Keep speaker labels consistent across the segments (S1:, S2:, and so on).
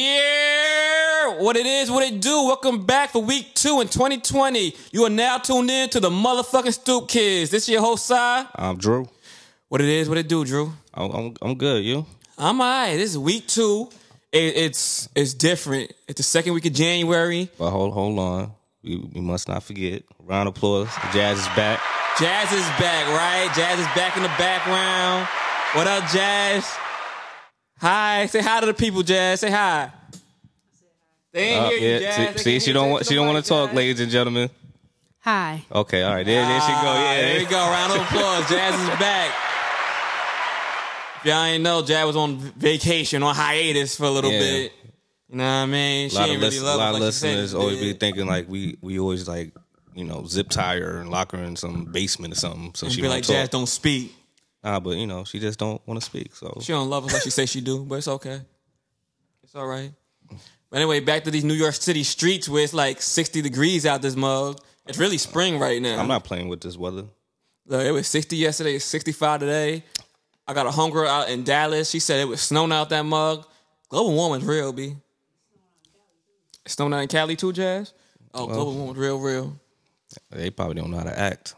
S1: Yeah, what it is, what it do. Welcome back for week two in 2020. You are now tuned in to the motherfucking Stoop Kids. This is your host, Si.
S2: I'm Drew.
S1: What it is, what it do, Drew.
S2: I'm I'm, I'm good. You?
S1: I'm alright. This is week two. It, it's it's different. It's the second week of January.
S2: But hold hold on. We, we must not forget. Round of applause. The Jazz is back.
S1: Jazz is back, right? Jazz is back in the background. What up, Jazz? Hi. Say hi to the people, Jazz. Say hi. They ain't
S2: Uh,
S1: hear you,
S2: yeah,
S1: Jazz.
S2: see-
S1: They can't
S2: see,
S1: hear
S2: she
S1: you.
S2: don't
S1: Say
S2: want she don't
S1: nobody,
S2: want to talk,
S1: Jazz.
S2: ladies and gentlemen.
S3: Hi.
S2: Okay, all right. There, there she go.
S1: Ah,
S2: Yeah,
S1: there you go. Round of applause. Jazz is back. If y'all ain't know, Jazz was on vacation, on hiatus for a little
S2: Yeah.
S1: bit. You know what I mean?
S2: A
S1: She
S2: lot of,
S1: ain't really
S2: listen-
S1: love
S2: lot of
S1: us like she said
S2: listeners
S1: she
S2: always be
S1: did.
S2: thinking like we we always like you know zip tire and lock her in some basement or something. So she
S1: be
S2: won't
S1: like,
S2: talk.
S1: Jazz don't speak.
S2: Nah, but you know she just don't want to speak. So
S1: She don't love us like she say she do, but it's okay. It's all right. But anyway, back to these New York City streets where it's like 60 degrees out this mug. It's really spring right now.
S2: I'm not playing with this weather.
S1: Look, it was 60 yesterday, it's 65 today. I got a homegirl out in Dallas. She said it was snowing out that mug. Global warming's real, B. It's snowing out in Cali too, Jazz? Oh, global warming's real, real.
S2: They probably don't know how to act.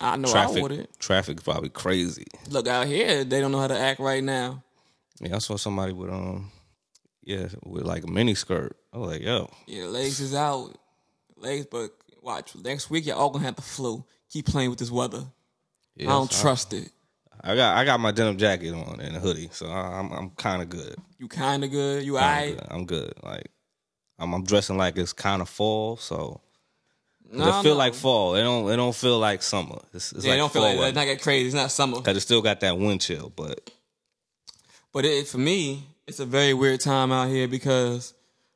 S1: Oh, I know I
S2: Traffic,
S1: wouldn't.
S2: traffic probably crazy.
S1: Look, out here, they don't know how to act right now.
S2: Yeah, I saw somebody with um, yeah, with like a mini skirt. I was like, yo,
S1: Yeah, legs is out. Legs, but watch. Next week, y'all all gonna have the flu. Keep playing with this weather.
S2: yes,
S1: I don't trust it.
S2: I got I got my denim jacket on and a hoodie, so I, I'm I'm kind of good.
S1: You kind of good. You all
S2: I'm,
S1: right?
S2: good. I'm good. Like I'm I'm dressing like it's kind of fall, so
S1: No,
S2: it feel
S1: no.
S2: like fall. It don't it don't feel like summer. It's, it's
S1: Yeah,
S2: like
S1: don't feel
S2: fall
S1: like that. It's not get crazy. It's not summer.
S2: Cause it still got that wind chill, but
S1: But it, for me, it's a very weird time out here because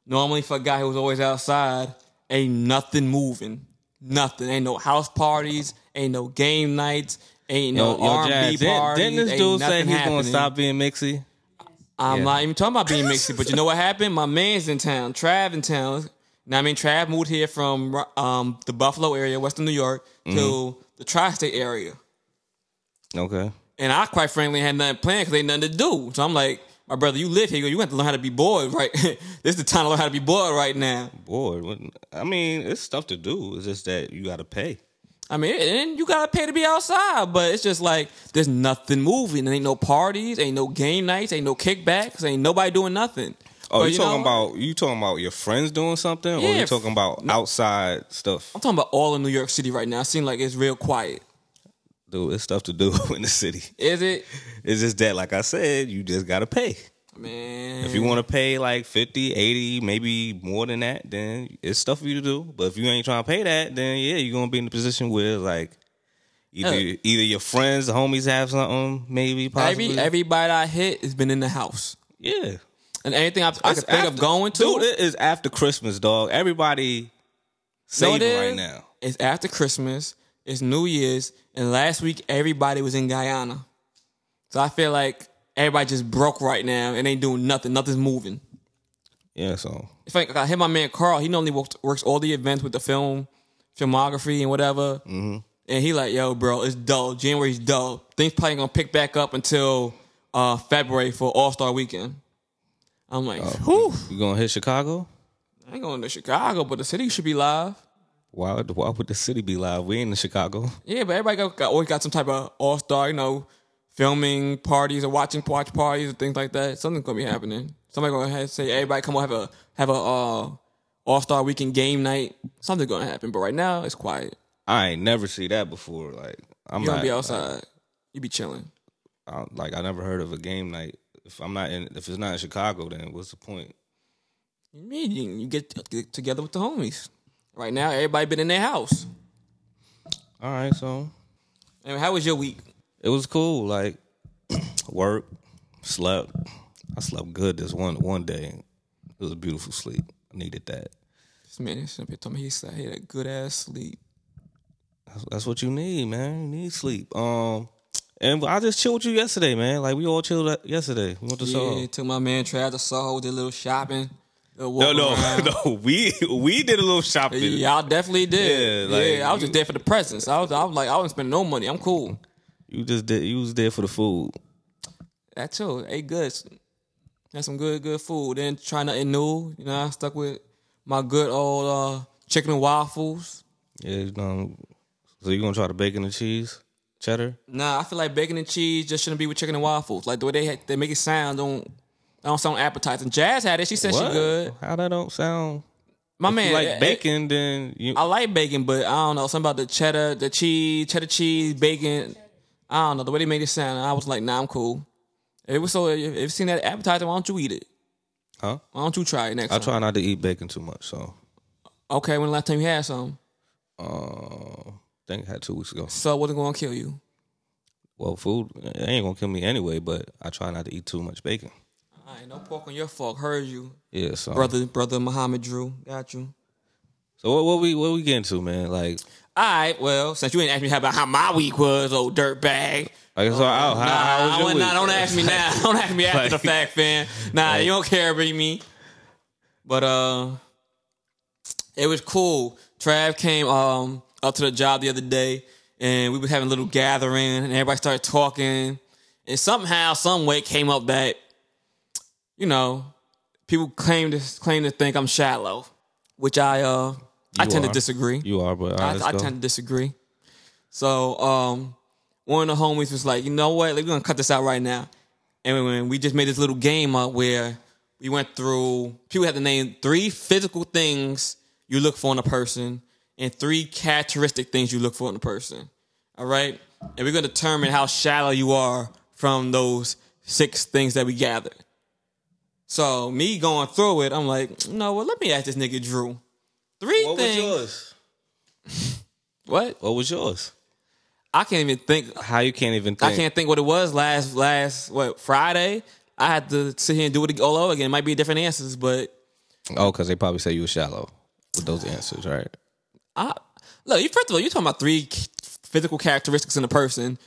S1: normally for a guy who's always outside, ain't nothing moving. Nothing. Ain't no house parties. Ain't no game nights. Ain't no
S2: yo, yo,
S1: R&B
S2: Jazz, didn't,
S1: parties.
S2: didn't this
S1: ain't
S2: dude say
S1: nothing
S2: he's gonna
S1: happening.
S2: stop being mixy?
S1: I'm
S2: Yeah.
S1: not even talking about being mixy, but you know what happened? My man's in town, Trav in town. Now I mean, Trav moved here from um, the Buffalo area, Western New York,
S2: Mm-hmm.
S1: to the tri-state area,
S2: Okay,
S1: and I quite frankly had nothing planned because ain't nothing to do. So I'm like, my brother, you live here, you have to learn how to be bored, right? this is the time to learn how to be bored right now.
S2: bored. What- I mean, it's stuff to do. It's just that you got to pay.
S1: I mean, and you gotta pay to be outside, but it's just like there's nothing moving. There ain't no parties, ain't no game nights, ain't no kickbacks, ain't nobody doing nothing.
S2: Oh,
S1: But
S2: you,
S1: know
S2: talking
S1: what?
S2: about you talking about your friends doing something, or
S1: Yeah,
S2: you talking about outside stuff?
S1: I'm talking about all of New York City right now. It seems like it's real quiet.
S2: Dude, it's stuff to do in the city.
S1: Is it?
S2: It's just that, like I said, you just gotta pay.
S1: Man.
S2: If you want to pay like 50, 80, maybe more than that, then it's stuff for you to do. But if you ain't trying to pay that, then yeah, you're gonna be in the position where like either
S1: Yeah.
S2: either your friends, the homies have something, maybe possibly.
S1: every everybody I hit has been in the house.
S2: yeah.
S1: And anything I, I
S2: It's
S1: could think of
S2: after-
S1: going to
S2: Dude, it is after Christmas, dog. Everybody
S1: you know
S2: saving
S1: what it
S2: right
S1: is?
S2: now.
S1: It's after Christmas, it's New Year's, and last week everybody was in Guyana. So I feel like everybody just broke right now and ain't doing nothing. Nothing's moving.
S2: Yeah, so
S1: If I, I hit my man Carl, he normally works, works all the events with the film, filmography and whatever. Mm-hmm. And he like, yo, bro, it's dull. January's dull. Things probably gonna pick back up until uh, February for All Star Weekend. I'm like, whew.
S2: you gonna hit Chicago?
S1: I ain't going to Chicago, but the city should be live.
S2: Why, why would the city be live? We ain't in Chicago.
S1: Yeah, but everybody got, got always got some type of All Star, you know, filming parties or watching watch parties and things like that. Something's gonna be happening. Somebody gonna have, say, everybody come on have a have a uh, All Star Weekend game night. Something's gonna happen, but right now it's quiet.
S2: I ain't never see that before. Like I'm
S1: You don't
S2: not
S1: be outside. You be chilling.
S2: I, don't- like I never heard of a game night. If I'm not in, if it's not in Chicago, then what's the point?
S1: You mean you, you get, get together with the homies. Right now, everybody been in their house.
S2: All right, so
S1: Anyway, how was your week?
S2: it was cool. Like work, slept. I slept good this one one day. It was a beautiful sleep. I needed that.
S1: This man is up here telling me he said he had a good ass sleep.
S2: That's, that's what you need, man. You need sleep. Um, and I just chilled with you yesterday, man. Like we all chilled out yesterday. We went to Soho.
S1: Yeah, took my man Trav to Soho, did a little shopping.
S2: No, no, no. We we did a little shopping.
S1: Y'all definitely did.
S2: Yeah,
S1: Yeah,
S2: like,
S1: I was just there for the presents. I was, I was like, I wasn't spending no money. I'm cool.
S2: You just did. You was there for the food.
S1: That too. Hey, good. had some good, good food. Then trying to new, you know, I stuck with my good old uh, chicken and waffles.
S2: Yeah, um, so you gonna try the bacon and cheese, cheddar?
S1: Nah, I feel like bacon and cheese just shouldn't be with chicken and waffles. Like the way they had, they make it sound don't don't sound appetizing. Jazz had it. She said
S2: What?
S1: she good.
S2: How that don't sound?
S1: My
S2: If
S1: man, eh,
S2: you like
S1: it- it-
S2: bacon, then you.
S1: I like bacon, but I don't know something about the cheddar, the cheese, cheddar cheese, bacon. I don't know the way they made it sound. I was like, nah, I'm cool. If it was so. If if you seen that appetizer, why don't you eat it?
S2: huh?
S1: Why don't you try it next
S2: I
S1: time?
S2: try not to eat bacon too much, so
S1: Okay, when the last time you had some,
S2: uh, I think I had two weeks ago.
S1: so it wasn't gonna kill you.
S2: Well, food it ain't gonna kill me anyway, but I try not to eat too much bacon.
S1: All right, no pork on your fork. Heard you,
S2: Yeah, so
S1: brother. Brother Muhammad Drew, got you.
S2: so what, what we what we getting to, man? Like,
S1: All right, well, since you didn't ask me how about how my week was, old dirtbag.
S2: like so,
S1: Oh,
S2: how, how,
S1: Nah,
S2: how was
S1: I
S2: your
S1: wouldn't-
S2: week?
S1: nah, don't ask me now. Don't ask me after the
S2: Like-
S1: fact, fam. Nah, you don't care about me. But uh, it was cool. Trav came um up to the job the other day, and we was having a little gathering, and everybody started talking, and somehow, some way, it came up that you know people claim to claim to think I'm shallow, which I uh I
S2: You
S1: tend
S2: are.
S1: to disagree.
S2: You are, but all right, let's
S1: I, I
S2: go.
S1: tend to disagree. So um, one of the homies was like, you know what? Like, we're gonna cut this out right now. And we, we just made this little game up where we went through. People had to name three physical things you look for in a person and three characteristic things you look for in a person. All right, and we're gonna determine how shallow you are from those six things that we gathered. So me going through it, I'm like, no, well, let me ask this nigga Drew. Three
S2: what was
S1: things.
S2: yours?
S1: What?
S2: What was yours?
S1: I can't even think.
S2: How you can't even think?
S1: I can't think what it was last last what Friday. I had to sit here and do it all over again. It might be different answers, but
S2: Oh, because they probably say you were shallow with those answers, right?
S1: I look. You first of all, you're talking about three c- physical characteristics in a person.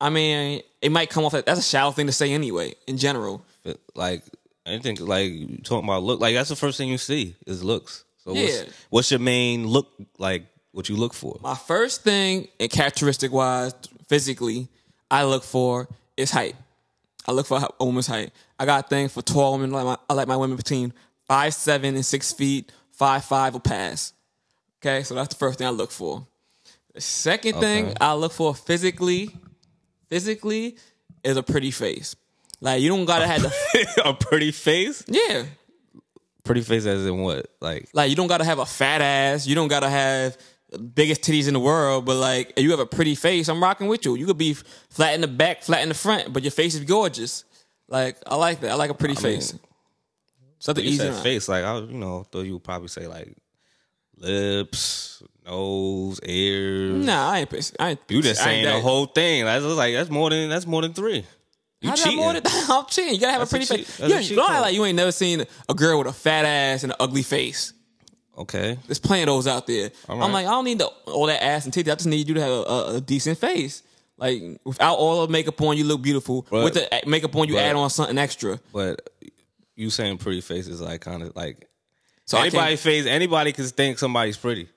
S1: I mean, it might come off that that's a shallow thing to say anyway. In general,
S2: But, like anything like you talking about look like that's the first thing you see is looks. So what's,
S1: Yeah.
S2: what's your main look like what you look for?
S1: my first thing and characteristic wise, physically, I look for is height. I look for a woman's height. I got a thing for tall women. Like my, I like my women between five seven and six feet, five five or pass. Okay, so that's the first thing I look for. The second
S2: Okay.
S1: thing I look for physically, physically, is a pretty face. Like you don't gotta have the
S2: a pretty face?
S1: yeah.
S2: Pretty face as in what? Like
S1: Like you don't gotta have a fat ass. You don't gotta have the biggest titties in the world. But like if you have a pretty face, I'm rocking with you. You could be flat in the back, flat in the front, but your face is gorgeous. Like I like that. I like a pretty face.
S2: mean,
S1: Something
S2: you
S1: easy.
S2: said
S1: on-
S2: face, like I you know, thought you would probably say like lips, nose, ears.
S1: Nah, I ain't. piss- I ain't
S2: You just
S1: I ain't
S2: saying the
S1: that-
S2: whole thing. That's just like that's more than that's more than three. You
S1: How did I
S2: cheating.
S1: more than I'm cheating. You gotta have
S2: That's
S1: a
S2: a
S1: pretty
S2: cheat-
S1: face.
S2: that's a
S1: You
S2: cheat
S1: don't act
S2: code.
S1: like you ain't never seen a girl with a fat ass and an ugly face.
S2: okay.
S1: There's plenty of those out there.
S2: All
S1: I'm
S2: right.
S1: like, I don't need the, all that ass and titties. I just need you to have a, a, a decent face. Like without all the makeup on, you look beautiful.
S2: But-
S1: With the a- makeup on, you
S2: but-
S1: add on something extra.
S2: But you saying pretty face is like kind of like
S1: So
S2: anybody
S1: I can't,
S2: face anybody can think somebody's pretty.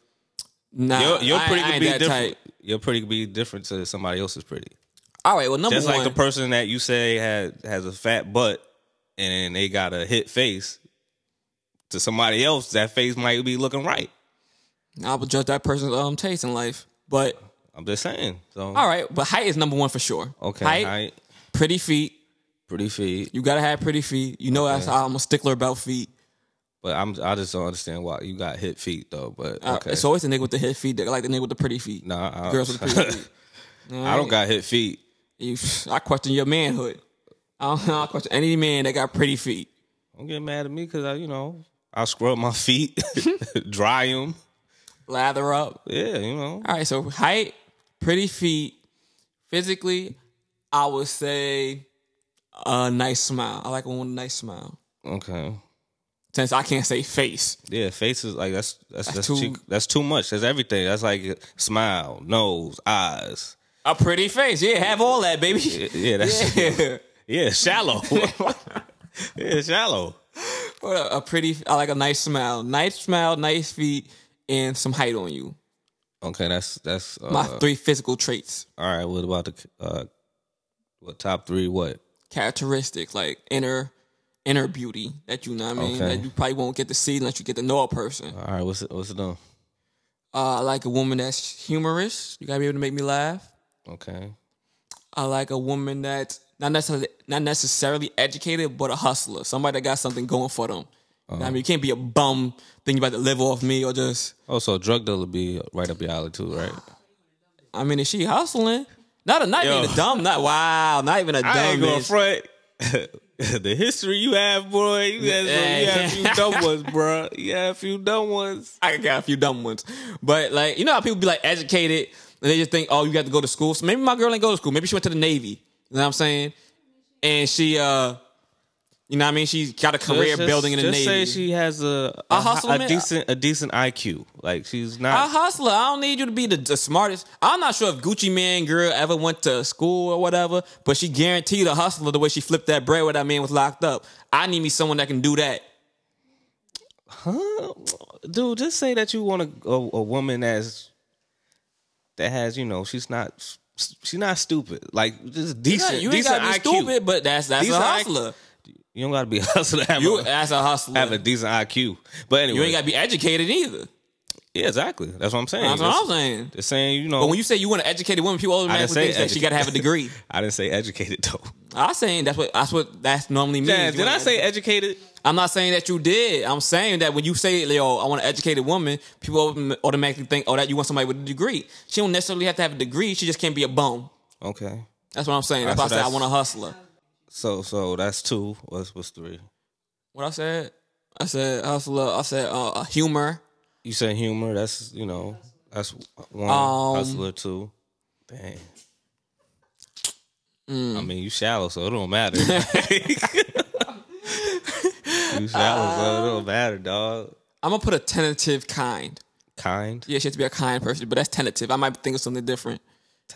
S1: nah,
S2: Your, your
S1: I,
S2: pretty
S1: I
S2: could
S1: ain't
S2: be
S1: that
S2: different.
S1: type.
S2: Your pretty could be different to somebody else's pretty.
S1: All right, well, number
S2: Just
S1: one,
S2: like the person that you say had has a fat butt and then they got a hit face. To somebody else, that face might be looking right.
S1: I would judge that person's um taste in life. But
S2: I'm just saying. So
S1: all right, but height is number one for sure.
S2: okay,
S1: height,
S2: height,
S1: pretty feet.
S2: pretty feet.
S1: You gotta have pretty feet. You know, that's I'm a stickler about feet.
S2: But I'm I just don't understand why you got hit feet though. But
S1: Uh,
S2: okay,
S1: It's always the nigga with the hit feet. that like the nigga with the pretty feet.
S2: nah, I,
S1: Girls with the pretty feet.
S2: I don't got hit feet.
S1: You, I question your manhood. I don't, I don't question any man that got pretty feet.
S2: Don't get mad at me because I, you know, I scrub my feet, dry them.
S1: Lather up.
S2: Yeah, you know,
S1: All right, so height, pretty feet, physically, I would say a nice smile. I like a woman with a nice smile.
S2: okay.
S1: Since I can't say face.
S2: Yeah, faces like that's that's that's,
S1: too-
S2: too, that's too much. That's everything. That's like uh, smile, nose, eyes.
S1: A pretty face. Yeah, have all that, baby.
S2: Yeah, that's yeah,
S1: Yeah.
S2: shallow. yeah, shallow.
S1: But a, a pretty, I like a nice smile. Nice smile, nice feet, and some height on you.
S2: Okay, that's that's uh,
S1: My three physical traits,
S2: all right. What about the uh, what top three? What
S1: characteristics, like inner inner beauty that you know what I mean
S2: Okay. Uh.
S1: that you probably won't get to see unless you get to know a person.
S2: All right, what's it, what's it on?
S1: Uh, I like a woman that's humorous. You gotta be able to make me laugh.
S2: Okay.
S1: I like a woman that's not necessarily not necessarily educated, but a hustler. Somebody that got something going for them. You know what I mean, you can't be a bum thinking about to live off me or just.
S2: Oh, so a drug dealer be right up your alley too, right?
S1: I mean, is she hustling? Not a not
S2: Yo.
S1: even a dumb. Not wow. Not even a dumb.
S2: I ain't going
S1: bitch.
S2: front. the history you have, boy, you had, some, you had a few dumb ones, bro. You had a few dumb ones.
S1: I got a few dumb ones, but like you know how people be like educated and they just think, oh, you got to go to school. So maybe my girl ain't go to school. Maybe she went to the Navy. You know what I'm saying? And she, uh, you know what I mean? She got a career
S2: Just-
S1: building in the
S2: just
S1: Navy.
S2: say she has a
S1: A
S2: a,
S1: hustle
S2: a
S1: man.
S2: decent a decent IQ. Like she's
S1: I
S2: not.
S1: hustler. I don't need you to be the, the smartest. I'm not sure if Gucci Man girl ever went to school or whatever, but she guaranteed a hustler the way she flipped that bread where that man was locked up. I need me someone that can do that.
S2: huh? Dude, just say that you want a, a, a woman that's that has you know she's not she's not stupid. Like just decent.
S1: you ain't
S2: decent
S1: gotta be
S2: IQ.
S1: stupid, but that's that's
S2: Decent
S1: a
S2: IQ.
S1: hustler.
S2: You don't gotta be a hustler. to Have,
S1: You
S2: a,
S1: that's a hustler.
S2: have a decent IQ. But anyway,
S1: you ain't gotta be educated either.
S2: yeah, exactly. That's what I'm saying.
S1: That's what I'm saying.
S2: They're saying you know.
S1: But when you say you want an educated woman, people
S2: I didn't
S1: automatically
S2: say
S1: think that she
S2: educated.
S1: gotta have a degree.
S2: I didn't say educated though.
S1: I'm saying that's what that's what that's normally means.
S2: Yeah,
S1: You
S2: did
S1: want
S2: I
S1: an
S2: say educated?
S1: I'm not saying that you did. I'm saying that when you say, "Yo, I want an educated woman," people autom- automatically think, "Oh, that you want somebody with a degree." She don't necessarily have to have a degree. She just can't be a bum.
S2: Okay.
S1: That's what I'm saying. That's
S2: All
S1: why I
S2: right, so
S1: said I
S2: that's-
S1: want a hustler.
S2: So so that's two. What's what's three?
S1: What I said? I said hustler. I said uh, uh, humor.
S2: You said humor. That's you know that's one
S1: Um,
S2: hustler two. Dang. I mean, you shallow, so it don't matter. you shallow, so it
S1: Um,
S2: don't matter, dog.
S1: I'm gonna put a tentative kind.
S2: Kind.
S1: Yeah, she has to be a kind person, but that's tentative. I might think of something different.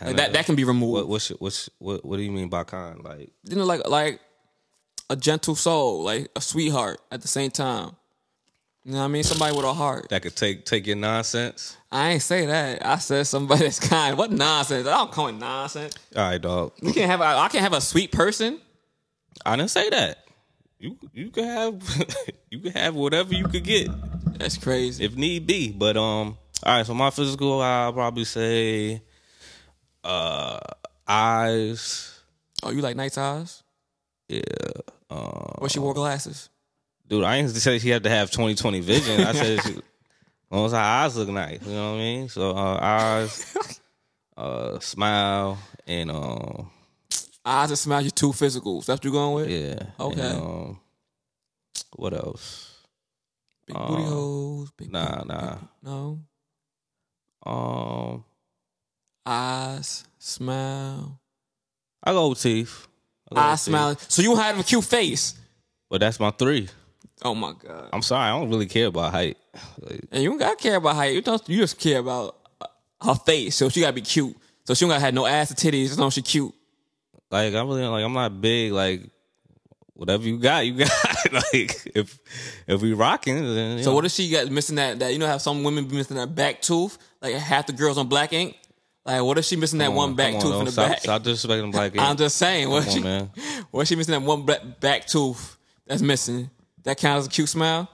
S1: Like,
S2: Tentative.
S1: that that can be removed.
S2: What what's your- what's what what do you mean by kind? Like
S1: you know, like like a gentle soul, like a sweetheart at the same time. You know what I mean? Somebody with a heart.
S2: that could take take your nonsense.
S1: I ain't say that. I said somebody that's kind. What nonsense? I don't call it nonsense.
S2: All right, dog.
S1: You can't have. A, I can't have a sweet person.
S2: I didn't say that. You you could have you could have whatever you could get.
S1: That's crazy.
S2: if need be. But um, all right. So my physical, I'll probably say, uh, eyes.
S1: Oh, you like night eyes?
S2: Yeah, um,
S1: Or she wore glasses?
S2: dude. I ain't say she had to have twenty twenty vision. I said, she, as long as her eyes look nice, you know what I mean. So uh, eyes, uh, smile, and um,
S1: Eyes and smiles. You're too physical. Is that what you going with?
S2: yeah.
S1: Okay.
S2: and, um, what else?
S1: Big booty holes. Big
S2: um, Nah,
S1: booty-
S2: nah.
S1: No.
S2: Um,
S1: Eyes smile.
S2: I go with teeth. I go
S1: Eyes
S2: with teeth.
S1: smile. So you had a cute face.
S2: But that's my three.
S1: Oh my god.
S2: I'm sorry, I don't really care about height. Like,
S1: And you don't gotta care about height. You don't. You just care about uh, her face. So she gotta be cute. So she don't gotta have no ass or titties. As long as she cute.
S2: Like I'm really like I'm not big. Like whatever you got, you got. like if if we rocking, then you
S1: So
S2: know.
S1: what if she got missing that that you know how some women be missing that back tooth? Like half the girls on Black Ink. Like what if she missing that one
S2: Come
S1: back
S2: on,
S1: tooth
S2: don't
S1: in the
S2: stop,
S1: back?
S2: Stop disrespecting black.
S1: I'm just saying, what if
S2: Come
S1: she
S2: on, man.
S1: what if she missing that one black, back tooth that's missing? That counts as a cute smile.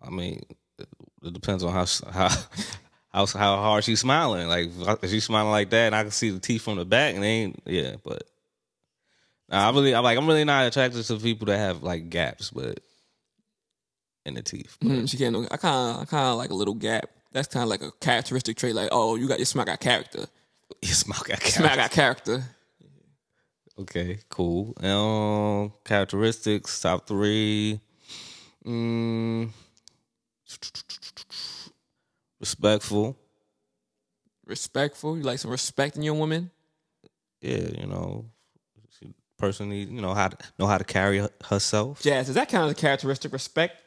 S2: I mean, it depends on how s- how. How how hard she's smiling? Like if she's smiling like that, and I can see the teeth from the back, and they ain't yeah. But nah, I really, I'm like, I'm really not attracted to people that have like gaps, but in the teeth.
S1: Hmm, she can't. I kind of I kind of like a little gap. That's kind of like a characteristic trait. Like oh, you got your smile got character.
S2: Your smile got
S1: Smile
S2: gaps.
S1: got character.
S2: Okay, cool. Um, characteristics top three. Mm, respectful.
S1: Respectful. You like some respect in your woman.
S2: Yeah, you know, she- person need you know how to know how to carry her- herself.
S1: Jazz. Does that count as a characteristic? Respect.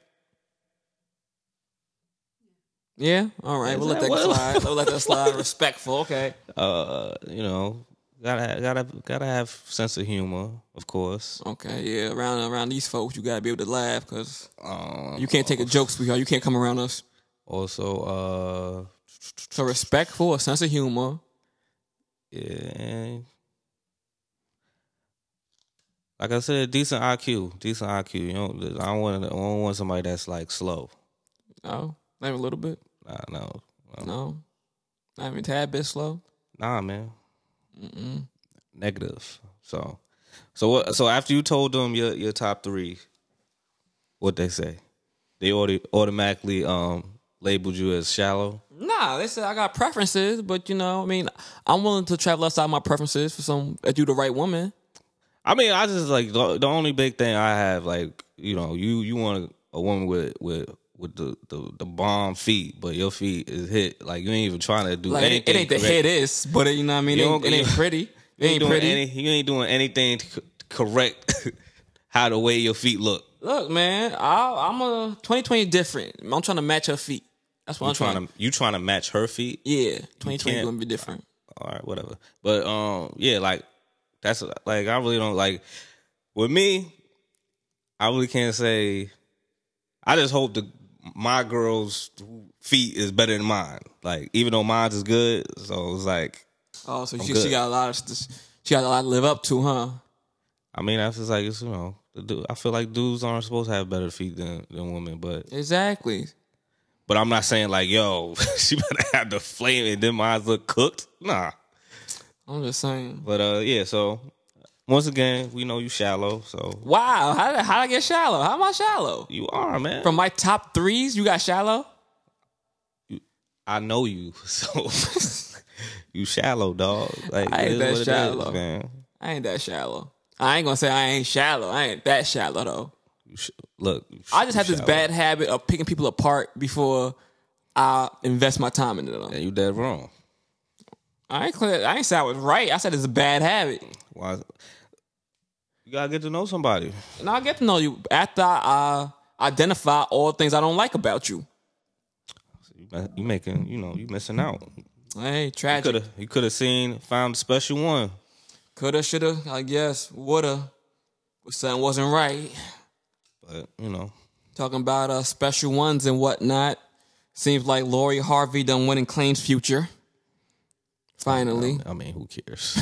S1: Yeah. All right.
S2: Is
S1: We'll let that
S2: that what-
S1: slide. We'll let that slide. Respectful. Okay.
S2: Uh, you know, gotta gotta gotta have sense of humor, of course.
S1: Okay. Yeah. Around around these folks, you gotta be able to laugh because
S2: Um,
S1: you can't take a joke, sweetheart. You can't come around us.
S2: also uh,
S1: So respectful, a sense of
S2: uh,
S1: humor.
S2: yeah, and like I said, decent IQ, decent IQ. You know, I don't want I don't want somebody that's like slow.
S1: No, not even a little bit.
S2: Nah, no,
S1: No, not even a tad bit slow.
S2: nah, man. Negative. So, so what? So after you told them your your top three, what they say? They already automatically um labeled you as shallow.
S1: Nah, they said I got preferences, but you know, I mean, I'm willing to travel outside my preferences for some that you the right woman.
S2: I mean, I just like the, the only big thing I have, like you know, you you want a woman with with with the the, the bomb feet, but your feet is hit. Like you ain't even trying to do
S1: Like it, ain't-
S2: anything.
S1: it ain't the head
S2: correct.
S1: is, but it, you know what I mean. It
S2: You
S1: ain't,
S2: don't-
S1: it ain't
S2: you-
S1: pretty. It
S2: You ain't,
S1: ain't
S2: doing
S1: pretty.
S2: any. You ain't doing anything to c- correct how the way your feet look.
S1: Look, man, I, I'm a 2020 different. I'm trying to match her feet. That's what I'm
S2: You
S1: trying,
S2: trying to you trying to match her feet?
S1: Yeah, 2020
S2: can't-
S1: gonna be different.
S2: all right, whatever. But um, yeah, like that's like I really don't like with me. I really can't say. I just hope the my girl's feet is better than mine. Like even though mine's is good, so it's like
S1: Oh, so she,
S2: good.
S1: she got a lot of st- she got a lot to live up to, huh?
S2: I mean that's just like it's you know the dude, I feel like dudes aren't supposed to have better feet than than women, but
S1: Exactly.
S2: but I'm not saying like yo she better have the flame and then mine's look cooked. Nah,
S1: I'm just saying.
S2: but uh yeah, so. Once again, we know you shallow, so
S1: Wow, how did, how did I get shallow? How am I shallow?
S2: you are man.
S1: From my top threes, you got shallow.
S2: I know you, so you shallow, dog. Like
S1: I ain't
S2: it is
S1: that
S2: what it is,
S1: shallow.
S2: man.
S1: I ain't that shallow. I ain't gonna say I ain't shallow. I ain't that shallow though.
S2: You sh- look, you
S1: I just
S2: sh-
S1: have this
S2: shallow.
S1: bad habit of picking people apart before I invest my time into them.
S2: Yeah, you dead wrong.
S1: I ain't clear. I ain't say I was right. I said it's a bad habit.
S2: Why? You gotta get to know somebody.
S1: And I'll get to know you after I uh, identify all things I don't like about you.
S2: You, ma- you making, you know, you missing out.
S1: Hey,
S2: Could
S1: tragic.
S2: have, you could have seen, found the special one.
S1: Coulda, shoulda, I guess, woulda. But something wasn't right.
S2: But you know,
S1: Talking about uh, special ones and whatnot. Seems like Lori Harvey done winning claims future. Finally.
S2: I mean, who cares?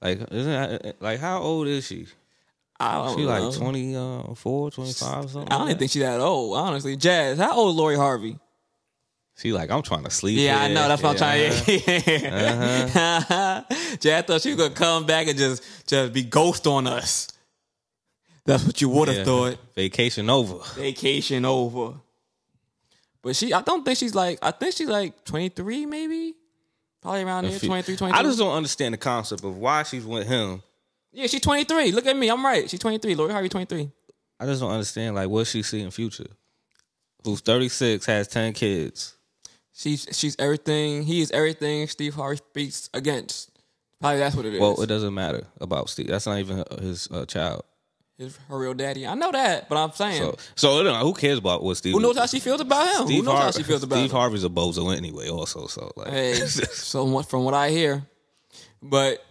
S2: like, isn't that, like how old is she?
S1: I don't
S2: She
S1: know.
S2: like uh, 24, 25, something.
S1: I don't
S2: like
S1: even
S2: that?
S1: think she that old, honestly. Jazz, how old is Lori Harvey?
S2: She like, I'm trying to sleep.
S1: Yeah, I
S2: here.
S1: know. That's what
S2: Yeah.
S1: I'm trying to. Yeah. Jay, I thought she was gonna come back and just just be ghost on us. That's what you would have
S2: Yeah.
S1: thought.
S2: Vacation over.
S1: Vacation over. But she, I don't think she's like. I think she's like 23, maybe, probably around there,
S2: If you-
S1: 23, 22.
S2: I just don't understand the concept of why she's with him.
S1: yeah, she's 23. Look at me, I'm right. She's 23. Lori Harvey, 23.
S2: I just don't understand like what she see in future. Who's thirty six has ten kids.
S1: She's she's everything. He is everything. Steve Harvey speaks against. Probably that's what it is.
S2: Well, it doesn't matter about Steve. That's not even his uh, child.
S1: His, her real daddy. I know that, but I'm saying,
S2: So, so uh, who cares about what Steve?
S1: who knows how she feels about him?
S2: Steve
S1: who knows how
S2: Har-
S1: she feels about
S2: Steve
S1: him?
S2: Harvey's a bozo anyway. Also, so like,
S1: Hey, so much from what I hear. But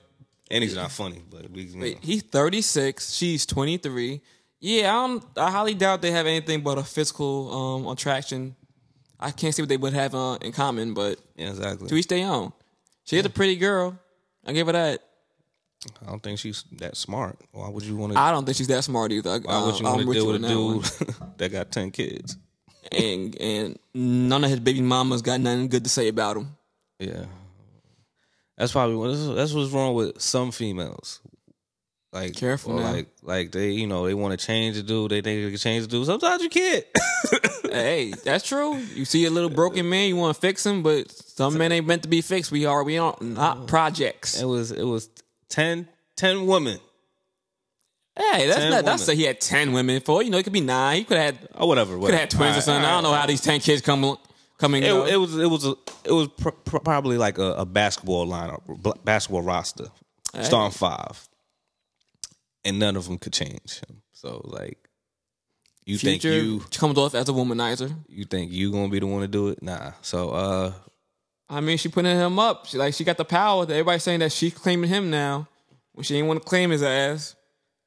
S2: and he's not funny. But we, you know.
S1: he's 36, she's 23. Yeah, I, don't, I highly doubt they have anything but a physical um, attraction. I can't see what they would have uh, in common, but to
S2: yeah, exactly.
S1: each their own. She is a pretty girl. I give her that.
S2: I don't think she's that smart. Why would you want to?
S1: I don't think she's that smart either. I,
S2: Why would you
S1: I'm
S2: want to deal with a
S1: on that one.
S2: dude that got ten kids?
S1: And and none of his baby mamas got nothing good to say about him.
S2: Yeah, that's probably what that's- that's what's wrong with some females. Like
S1: Careful
S2: or
S1: now.
S2: like like they you know they want to change the dude. They think they can change the dude. Sometimes you can't.
S1: hey, that's true. You see a little broken man, you want to fix him, but some men ain't meant to be fixed. We are we aren't not projects.
S2: it was it was 10, 10 women
S1: Hey, that's
S2: 10
S1: not that's
S2: women.
S1: he had ten women for. You know, it could be nine. He could have had
S2: or whatever.
S1: could
S2: whatever.
S1: have had twins or
S2: Alright,
S1: something. I don't know how these ten kids come coming.
S2: alright.
S1: It,
S2: It, it was it was a, it was pr- pr- probably like a, a basketball lineup, bl- basketball roster, starting five, and none of them could change him. So like, you
S1: Future
S2: think you
S1: comes off as a womanizer.
S2: you think you gonna be the one to do it? Nah. So uh,
S1: I mean, she putting him up. She like she got the power. Everybody's saying that she claiming him now when she ain't want to claim his ass.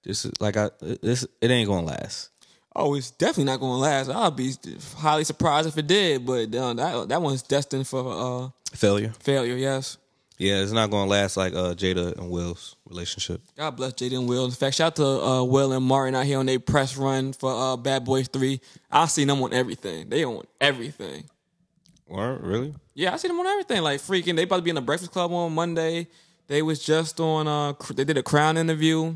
S2: This is like I this it ain't gonna last.
S1: Oh, it's definitely not going to last. I'll be highly surprised if it did. But uh, that that one's destined for uh,
S2: Failure.
S1: failure. Yes.
S2: Yeah, it's not gonna last like uh, Jada and Will's relationship.
S1: God bless Jaden and Will. In fact, shout out to uh, Will and Martin out here on their press run for uh, Bad Boys 3. I seen them on everything. They on everything.
S2: Or really?
S1: Yeah, I see them on everything. Like freaking, they about to be in the Breakfast Club on Monday. They was just on. Uh, cr- they did a Crown interview.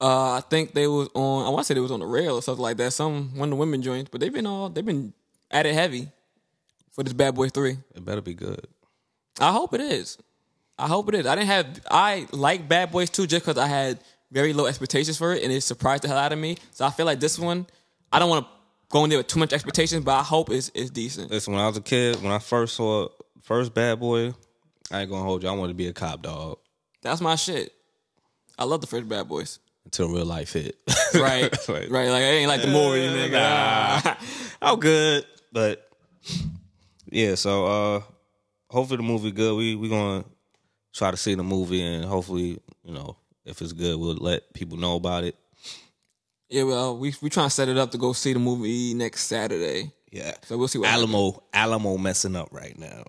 S1: Uh, I think they was on. I want to say they was on the rail or something like that. Some one of the women joints, but they've been all they've been at it heavy for this Bad Boy Three.
S2: It better be good.
S1: I hope it is. I hope it is. I didn't have. I like Bad Boys Two just because I had very low expectations for it, and it surprised the hell out of me. So I feel like this one, I don't want to go in there with too much expectations, but I hope it's it's decent.
S2: Listen, when I was a kid, when I first saw first Bad Boy, I ain't gonna hold you. I wanted to be a cop dog
S1: That's my shit. I love the first Bad Boys.
S2: until real life hit.
S1: Right.
S2: Like,
S1: right. Uh, Like, I ain't like the movie, nigga.
S2: I'm good, but yeah. So uh, hopefully the movie good. We we gonna try to see the movie and hopefully you know if it's good, we'll let people know about it.
S1: Yeah, well, we we trying to set it up to go see the movie next Saturday.
S2: Yeah.
S1: So we'll see what happens.
S2: Alamo Alamo messing up right now.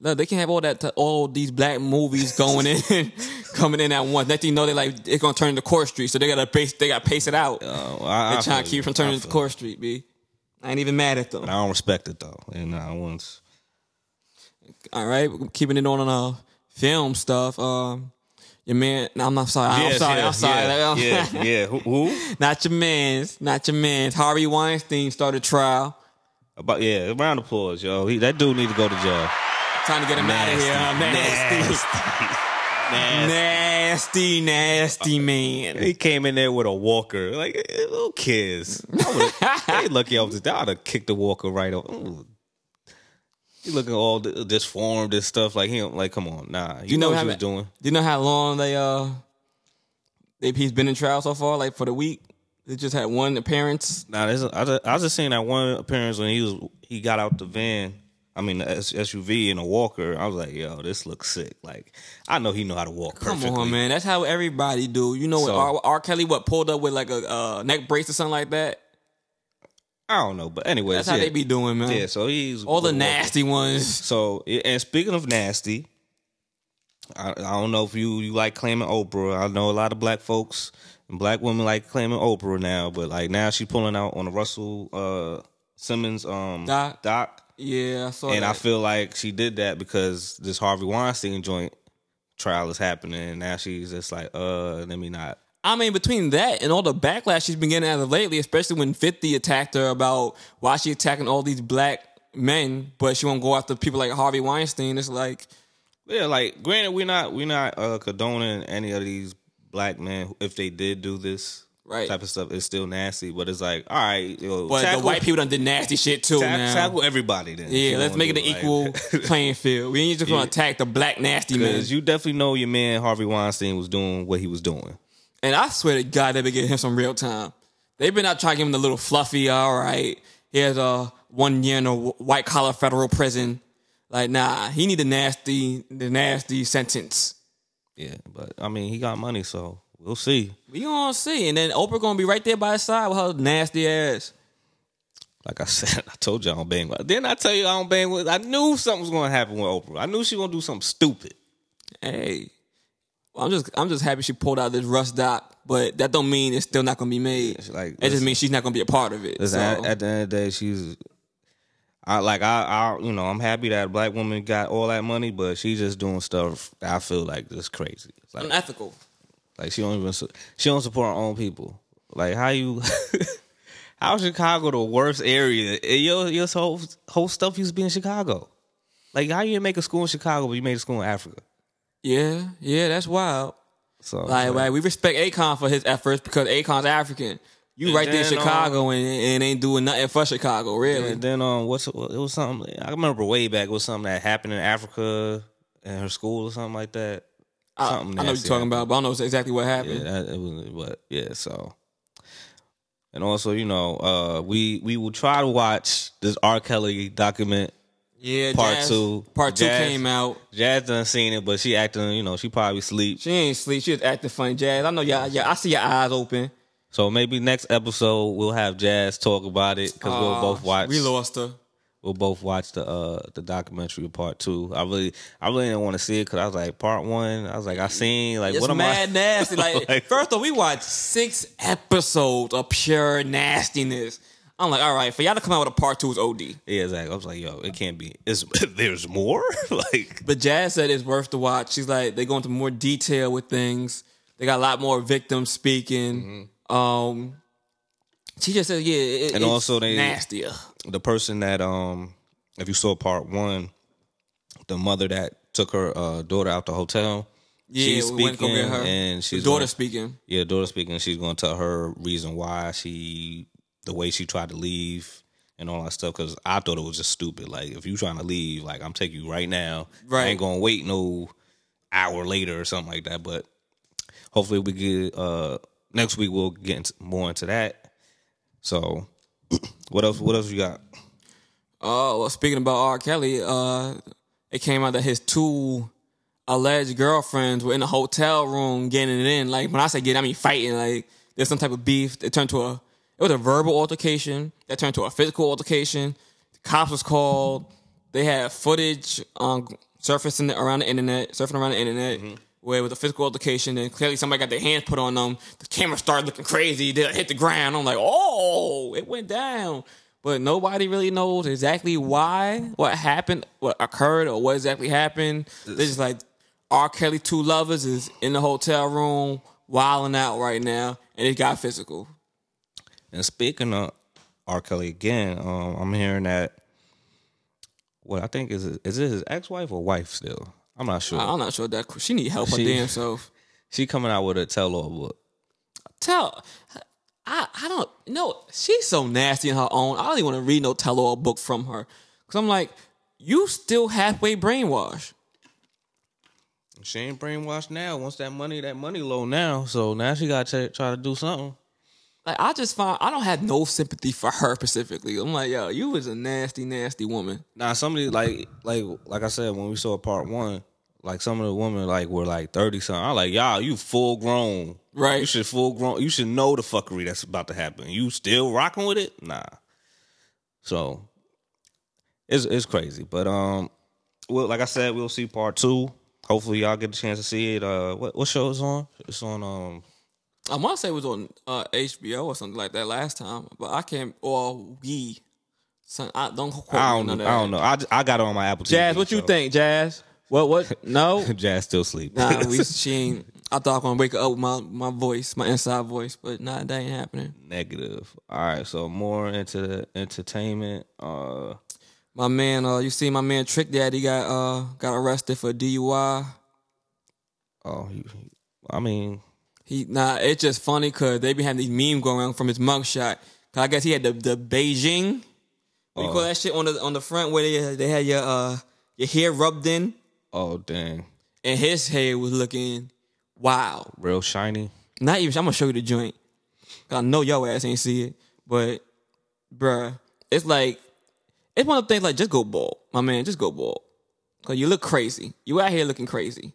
S1: Look, they can't have all that all these black movies going in coming in at once. Next thing you know, they like it's gonna turn into Court Street, so they gotta pace they gotta pace it out.
S2: Oh, I,
S1: They're
S2: I
S1: trying to
S2: feel
S1: keep
S2: you.
S1: from
S2: I
S1: turning into
S2: feel
S1: Court Street, B. I ain't even mad at them.
S2: you. I don't respect it though, and I once
S1: All right, we're keeping it on uh film stuff. Um, your man, no, I'm not sorry. I'm
S2: Yes,
S1: sorry.
S2: yeah,
S1: I'm sorry.
S2: Yeah,
S1: Like, I'm-
S2: yeah, yeah. Who, who?
S1: not your man's. Not your man's. Harvey Weinstein started trial.
S2: About yeah. Round of applause, yo. He, that dude need to go to jail.
S1: Trying to get him out of here. huh? Nasty. Nasty, nasty man.
S2: He came in there with a walker, like eh, little kids. I would've- they lucky I was. I would have kicked the walker right off. Ooh. He looking all di- disformed and stuff like him. Like, come on, nah. You,
S1: You
S2: know,
S1: know
S2: what
S1: how
S2: he was
S1: ma-
S2: doing.
S1: Do you know how long they uh if he's been in trial so far? Like for the week, they just had one appearance.
S2: Nah, this, I, just, I was just seeing that one appearance when he was he got out the van. I mean, the S- SUV and a walker. I was like, yo, this looks sick. Like, I know he know how to walk
S1: Come
S2: perfectly.
S1: on, man. That's how everybody do. You know, when
S2: So-
S1: R, R. Kelly what pulled up with like a uh, neck brace or something like that.
S2: I don't know, but anyways,
S1: That's how
S2: yeah.
S1: they be doing, man.
S2: Yeah, so he's
S1: All the
S2: with a walker.
S1: nasty ones.
S2: So, and speaking of nasty, I, I don't know if you you like claiming Oprah. I know a lot of black folks and black women like claiming Oprah now, but like now she's pulling out on a Russell uh, Simmons um,
S1: Doc.
S2: doc.
S1: Yeah, I saw
S2: and
S1: that.
S2: I feel like she did that because this Harvey Weinstein joint trial is happening, and now she's just like, uh, let me not.
S1: I mean, between that and all the backlash she's been getting out of lately, especially when 50 attacked her about why she attacking all these black men, but she won't go after people like Harvey Weinstein. It's like,
S2: Yeah, like granted, we're not we're not uh, condoning any of these black men if they did do this
S1: Right.
S2: type of stuff. It's still nasty, but it's like, all right, yo,
S1: but
S2: tackle-
S1: the white people done did nasty shit too
S2: tack-
S1: now.
S2: tackle everybody then.
S1: yeah, let's make it an equal playing field. We ain't just gonna attack the black nasty men.
S2: Because you definitely know your man Harvey Weinstein was doing what he was doing.
S1: And I swear to God, they've been getting him some real time. They've been out trying to give him the little fluffy, all right, here's a one year in a white collar federal prison. Like, nah, he need the nasty, the nasty sentence.
S2: Yeah, but I mean, he got money, so we'll see.
S1: We gonna see. And then Oprah gonna be right there by his side with her nasty ass.
S2: Like I said, I told you I don't bang. With, didn't I tell you I don't bang with? I knew something was going to happen with Oprah. I knew she was going to do something stupid.
S1: Hey. I'm just I'm just happy she pulled out this Russ doc, but that don't mean it's still not gonna be made.
S2: It's like,
S1: It just means she's not gonna be a part of it.
S2: Listen,
S1: So,
S2: at, at the end of the day, she's. I like I, I you know I'm happy that a black woman got all that money, but she's just doing stuff that I feel like just crazy. It's Like,
S1: unethical.
S2: like she don't even su- she don't support her own people. Like how you how Chicago the worst area? Eh, And Your your whole whole stuff used to be in Chicago. Like how you didn't make a school in Chicago, but you made a school in Africa.
S1: Yeah, yeah, that's wild.
S2: So
S1: Like, like, we respect Akon for his efforts because Akon's African. You
S2: And
S1: right there in
S2: then, um,
S1: Chicago and, and ain't doing nothing for Chicago, really.
S2: And then um, what's it was something I remember way back. It was something that happened in Africa in her school or something like that.
S1: I, I
S2: something
S1: know what you're
S2: nasty
S1: talking about, but I don't know exactly what happened.
S2: Yeah, that, it was, but yeah, so. And also, you know, uh, we we will try to watch this R. Kelly document.
S1: Yeah,
S2: Part
S1: Jazz-
S2: two.
S1: Part two
S2: Jazz-
S1: came out.
S2: Jazz done seen it, but she acting, you know, she probably sleep.
S1: She ain't sleep. She was acting funny. Jazz, I know y'all. Yeah, I see your eyes open.
S2: So maybe next episode we'll have Jazz talk about it because we'll
S1: Aw,
S2: both watch.
S1: We Uh, lost her.
S2: we'll both watch the uh the documentary of part two. I really I really didn't want to see it because I was like part one. I was like I seen like
S1: It's
S2: what am
S1: mad
S2: I
S1: nasty. Like,
S2: Like-
S1: first off, we watched six episodes of pure nastiness. I'm like, all right, for y'all to come out with a part two is OD.
S2: yeah exactly. I was like yo it can't be. It's there's more like
S1: But Jazz said it's worth the watch. She's like, they go into more detail with things. They got a lot more victims speaking. Um, she just said, yeah, it,
S2: Mm-hmm. And
S1: it's
S2: also they-
S1: nastier.
S2: the person that um if you saw part one, the mother that took her uh, daughter out the hotel.
S1: Yeah,
S2: she's
S1: we went to go
S2: speaking
S1: get her.
S2: and she's
S1: Daughter
S2: gonna-
S1: speaking.
S2: Yeah, daughter speaking. She's going to tell her reason why she, the way she tried to leave and all that stuff. Because I thought it was just stupid. Like, if you trying to leave, like I'm taking you right now.
S1: Right.
S2: I ain't gonna wait no hour later or something like that. But hopefully we get uh next week we'll get into, more into that. So what else? What else you got?
S1: Oh, well, speaking about R. Kelly, uh, it came out that his two alleged girlfriends were in a hotel room getting it in. Like when I say getting, I mean fighting. Like there's some type of beef. It turned to a it was a verbal altercation that turned to a physical altercation. The cops was called. They had footage um, surfacing around the internet, surfing around the internet. Where it was a physical altercation, and clearly somebody got their hands put on them. The camera started looking crazy. They hit the ground. I'm like, oh, it went down. But nobody really knows exactly why, what happened, what occurred, or what exactly happened. They're just like, R. Kelly two lovers is in the hotel room wilding out right now, and it got physical.
S2: And speaking of R. Kelly again, um, I'm hearing that. What I think is is it his ex wife or wife still? I'm not sure.
S1: I'm not sure that she need help her
S2: She-
S1: damn self.
S2: She coming out with a tell-all book.
S1: Tell, I I don't know. She's so nasty in her own. I don't even want to read no tell all book from her because I'm like, you still halfway brainwashed.
S2: She ain't brainwashed now. Once that money, that money low now. So now she got to try to do something.
S1: Like I just find I don't have no sympathy for her specifically. I'm like, yo, you is a nasty, nasty woman.
S2: Now somebody like like like I said when we saw part one, like some of the women like were like thirty something. I like y'all, you full grown,
S1: Right.
S2: You should full grown. You should know the fuckery that's about to happen. You still rocking with it? Nah. So it's it's crazy, but um, well, like I said, we'll see part two. Hopefully, y'all get a chance to see it. Uh, what what show is on? It's on um
S1: I want to say it was on uh, HBO or something like that last time, but I can't. Or we, son, I don't quote
S2: I
S1: me on
S2: don't, know.
S1: that.
S2: I don't know. I, I got it on my Apple TV.
S1: Jazz, what you
S2: so-
S1: think, Jazz? What? What? No,
S2: Jazz still sleep.
S1: nah, we, she ain't. I thought I was gonna wake her up with my my voice, my inside voice, but nah, that ain't happening.
S2: Negative. All right. So more into the entertainment. Uh,
S1: My man, uh, you see, my man Trick Daddy got uh got arrested for DUI.
S2: oh, he, I mean,
S1: He nah, it's just funny because they be having these memes going around from his mugshot. Cause I guess he had the the Beijing. What do you call that shit on the on the front where they they had your uh your hair rubbed in?
S2: oh dang,
S1: and his hair was looking wild.
S2: real shiny.
S1: Not even. I'm gonna show you the joint. 'Cause I know your ass ain't see it, but bruh, it's like it's one of the things. Like just go bald, my man. Just go bald. Cause you look crazy. You out here looking crazy.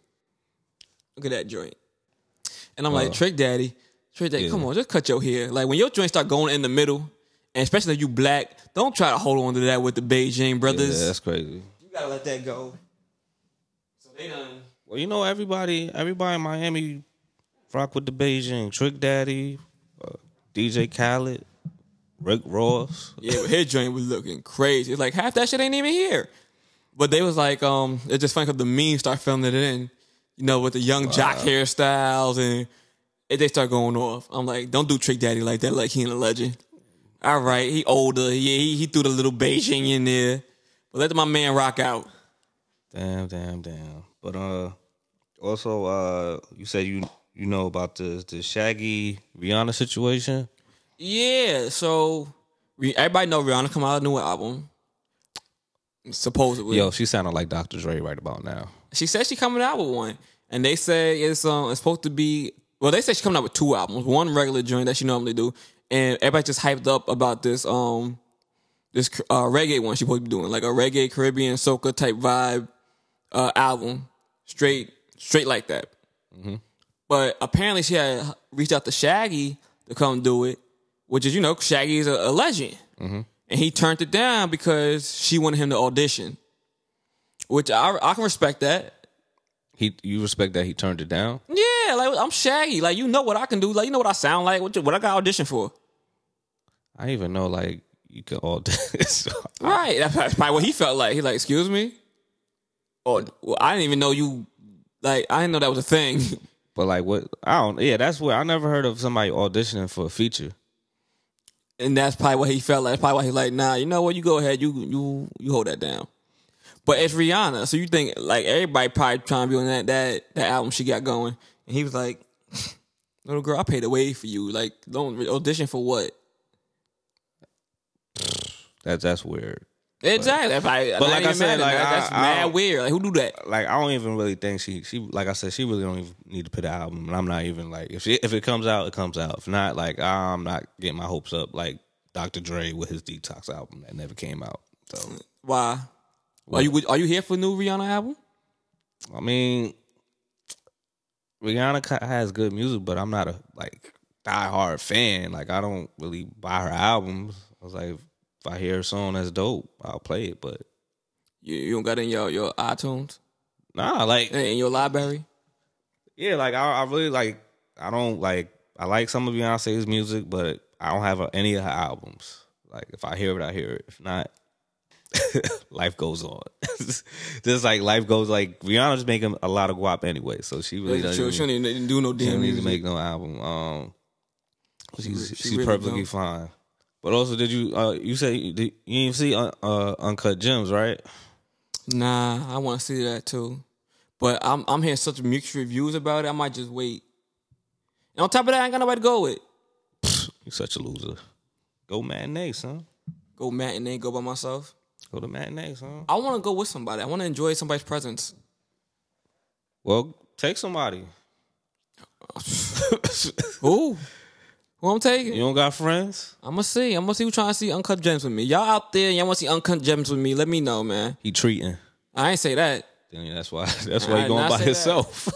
S1: Look at that joint. And I'm
S2: Uh,
S1: like, Trick Daddy, Trick Daddy, come on, just cut your hair. Like when your joint start going in the middle, and especially if you black, don't try to hold on to that with the Beijing
S2: Yeah,
S1: brothers.
S2: that's crazy.
S1: You gotta let that go. So they done.
S2: Well, you know, everybody, everybody in Miami rock with the Beijing Trick Daddy, uh, DJ Khaled, Rick Ross.
S1: Yeah, but his joint was looking crazy. It's like half that shit ain't even here. But they was like, um, it's just funny because the memes start filming it in, you know, with the young jock hairstyles and it, they start going off. I'm like, don't do Trick Daddy like that, like he ain't a legend. All right, he older. Yeah, he, he threw the little Beijing in there. But let my man rock out.
S2: Damn, damn, damn. But uh, also uh, you said you you know about the the Shaggy Rihanna situation.
S1: Yeah, so we, everybody know Rihanna come out with a new album. Supposedly.
S2: Yo, she sounded like Dr. Dre right about now.
S1: She said she coming out with one, and they say it's um it's supposed to be. Well, they say she's coming out with two albums, one regular joint that she normally do, and everybody just hyped up about this um this uh, reggae one she supposed to be doing, like a reggae Caribbean soca type vibe uh, album, straight straight like that. But apparently, she had reached out to Shaggy to come do it, which is you know Shaggy is a, a legend. and he turned it down because she wanted him to audition, which I I can respect that.
S2: He, you respect that he turned it down?
S1: Yeah, like I'm Shaggy. Like you know what I can do. Like you know what I sound like. What, you- what I got audition for?
S2: I didn't even know like you could all.
S1: Right. That's probably- probably what he felt like. He like, excuse me. Or well, I didn't even know you. Like I didn't know that was a thing.
S2: but like what? I don't. Yeah, that's where I never heard of somebody auditioning for a feature.
S1: and that's probably what he felt like. That's probably why he's like, nah, you know what? You go ahead. You you you hold that down. But it's Rihanna, so you think like everybody probably trying to be on that that that album she got going. And he was like, little girl, I paid the way for you. Like, don't re- audition for what?
S2: That's that's weird.
S1: Exactly. That's probably-
S2: but
S1: not
S2: like I
S1: even
S2: said,
S1: mad at
S2: like,
S1: that. that's
S2: I- I
S1: mad
S2: don't-
S1: weird. Like, who do that?
S2: Like I don't even really think she she like I said she really don't even need to put an album. And I'm not even like if she, if it comes out it comes out. If not, like I'm not getting my hopes up. Like Dr. Dre with his Detox album that never came out. So
S1: Why? Are you are you here for new Rihanna album?
S2: I mean, Rihanna ca- has good music, but I'm not a like diehard fan. Like I don't really buy her albums. I was like, if I hear a song that's dope, I'll play it. But
S1: You, you don't got it in your your iTunes
S2: nah, like
S1: in your library.
S2: yeah, like I, I really like. I don't like. I like some of Beyonce's music, but I don't have uh any of her albums. Like if I hear it, I hear it. If not, life goes on. Just like life goes. Like Rihanna's making a lot of guap anyway, so she really
S1: She,
S2: doesn't.
S1: she
S2: even-
S1: don't even do no
S2: She
S1: damn
S2: don't need to
S1: music.
S2: make no album. Um, she's
S1: re- she
S2: she's
S1: really
S2: perfectly
S1: don't.
S2: fine. But also, did you uh you say you did, you didn't see uh, uh uncut gems right?
S1: Nah, I want to see that too, but I'm I'm hearing such mixed reviews about it. I might just wait. And on top of that, I ain't got nobody to go with.
S2: You such a loser. Go matinee, son.
S1: Go matinee, go by myself.
S2: Go to matinee, son.
S1: I want to go with somebody. I want to enjoy somebody's presence.
S2: Well, take somebody.
S1: Who? Who I'm
S2: You
S1: taking?
S2: don't got friends?
S1: I'm gonna see. I'm gonna see who trying to see Uncut Gems with me. Y'all out there, y'all want to see Uncut Gems with me? Let me know, man.
S2: He treating.
S1: I ain't say that.
S2: Then that's why that's why
S1: I
S2: he
S1: did
S2: going
S1: not
S2: by
S1: say that.
S2: himself.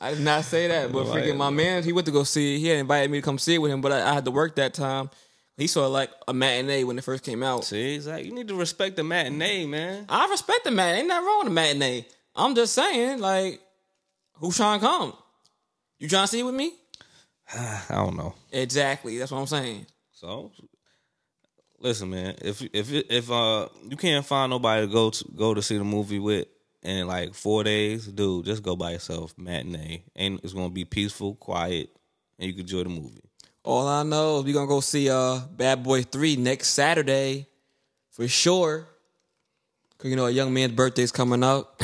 S1: I did not say that, but
S2: Right.
S1: freaking my man, he went to go see. it. He had invited me to come see it with him, but I, I had to work that time. He saw like a matinee when it first came out.
S2: See, it's like you need to respect the matinee, man.
S1: I respect the matinee. Ain't nothing wrong with the matinee. I'm just saying, like, who trying to come? You trying to see it with me?
S2: I don't know.
S1: Exactly. That's what I'm saying.
S2: So, listen, man. If if if uh you can't find nobody to go to go to see the movie with in like four days, dude, just go by yourself. Matinee, and it's gonna be peaceful, quiet, and you can enjoy the movie.
S1: All I know is we're gonna go see uh Bad Boy 3 next Saturday for sure. Cause you know a young man's birthday's coming up.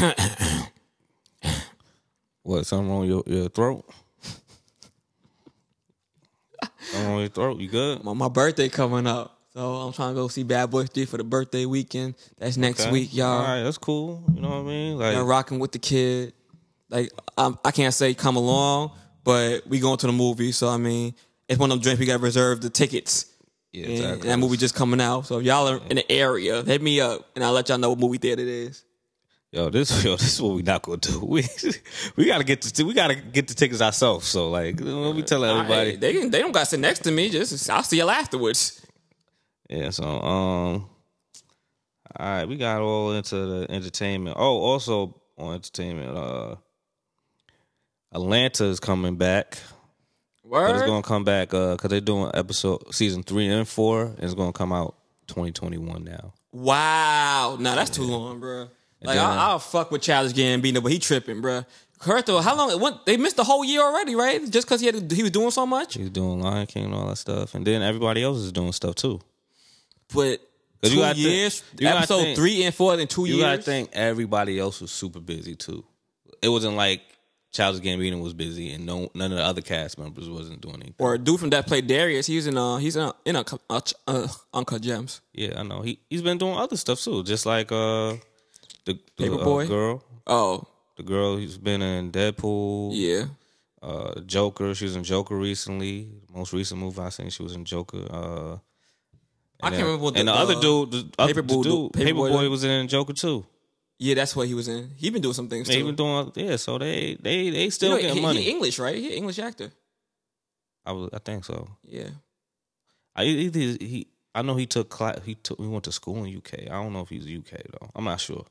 S2: What? Something wrong with your your throat? something wrong with your throat? You good?
S1: my, my birthday coming up. So I'm trying to go see Bad Boy 3 for the birthday weekend. That's next
S2: Okay.
S1: week, y'all.
S2: All right, that's cool. You know what I mean? Like,
S1: and rocking with the kid. Like I'm, I can't say come along, but we going to the movie. So I mean, it's one of them drinks we got reserved the tickets.
S2: yeah,
S1: And
S2: exactly.
S1: that movie just coming out. So if y'all are in the area, hit me up and I'll let y'all know what movie theater it is.
S2: Yo, this yo, this is what we not gonna do. We we gotta get the we gotta get the tickets ourselves. So like, let me tell everybody.
S1: Hey, they can- they don't got to sit next to me. Just I'll see y'all afterwards.
S2: Yeah, so um all right, we got all into the entertainment. Oh, also on entertainment, uh Atlanta is coming back. But it's
S1: Word.
S2: gonna come back uh cause they're doing episode season three and four, and it's gonna come out twenty twenty one now.
S1: wow. Nah, that's too long, bro. Like
S2: then- uh,
S1: I, I'll fuck with Childish Gambino, but he tripping, bro. Curto, how long? What, they missed the whole year already, right? Just because he had to, he was doing so much.
S2: He's doing Lion King and all that stuff. And then everybody else is doing stuff too.
S1: But
S2: 'Cause
S1: two
S2: you gotta thi-
S1: years,
S2: you gotta
S1: episode
S2: think-
S1: three and four, then two
S2: You
S1: years.
S2: gotta think everybody else was super busy too. It wasn't like Childs Gambino was busy and no none of the other cast members wasn't doing anything.
S1: Or a dude from that played Darius, he's in uh he's in a, in a, uh, uh, Uncle Gems.
S2: Yeah, I know. He he's been doing other stuff too, just like uh the, the uh,
S1: Paperboy?
S2: girl,
S1: Oh
S2: the girl who's been in Deadpool,
S1: yeah,
S2: uh Joker. She was in Joker recently. Most recent movie I seen, she was in Joker. Uh,
S1: I can't remember what the,
S2: and the
S1: uh,
S2: other dude, the other the
S1: Paperboy-
S2: dude,
S1: Paperboy-
S2: Paperboy, was in Joker too.
S1: yeah, that's what he was in. He been doing some things
S2: They
S1: too.
S2: even doing yeah. So they they they
S1: You
S2: still
S1: know,
S2: getting
S1: he,
S2: money.
S1: he English, right? He English actor.
S2: I was, I think so.
S1: Yeah,
S2: I either he I know he took class. He took. He went to school in UK. I don't know if he's UK though. I'm not sure.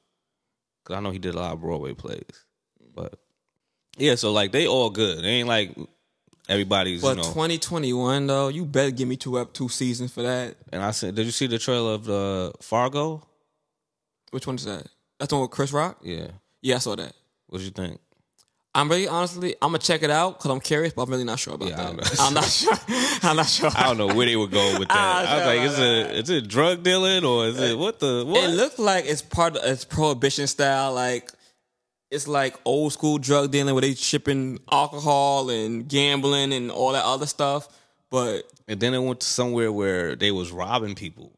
S2: Cause I know he did a lot of Broadway plays. But yeah, so like they all good. They ain't like everybody's.
S1: But
S2: you know.
S1: 2021 though, you better give me two up two seasons for that.
S2: and I said, did you see the trailer of the Fargo?
S1: Which one is that? That's the one with Chris Rock.
S2: Yeah.
S1: Yeah, I saw that.
S2: What you think?
S1: I'm really honestly, I'm gonna check it out because I'm curious, but I'm really not sure about
S2: Yeah, I
S1: that.
S2: don't know.
S1: I'm not sure. I'm not sure.
S2: I don't know where they would go with
S1: Ah,
S2: that. I was like, is it is it drug dealing or is it what the what?
S1: It looked like it's part of it's prohibition style, like it's like old school drug dealing where they shipping alcohol and gambling and all that other stuff. But
S2: and then it went to somewhere where they was robbing people.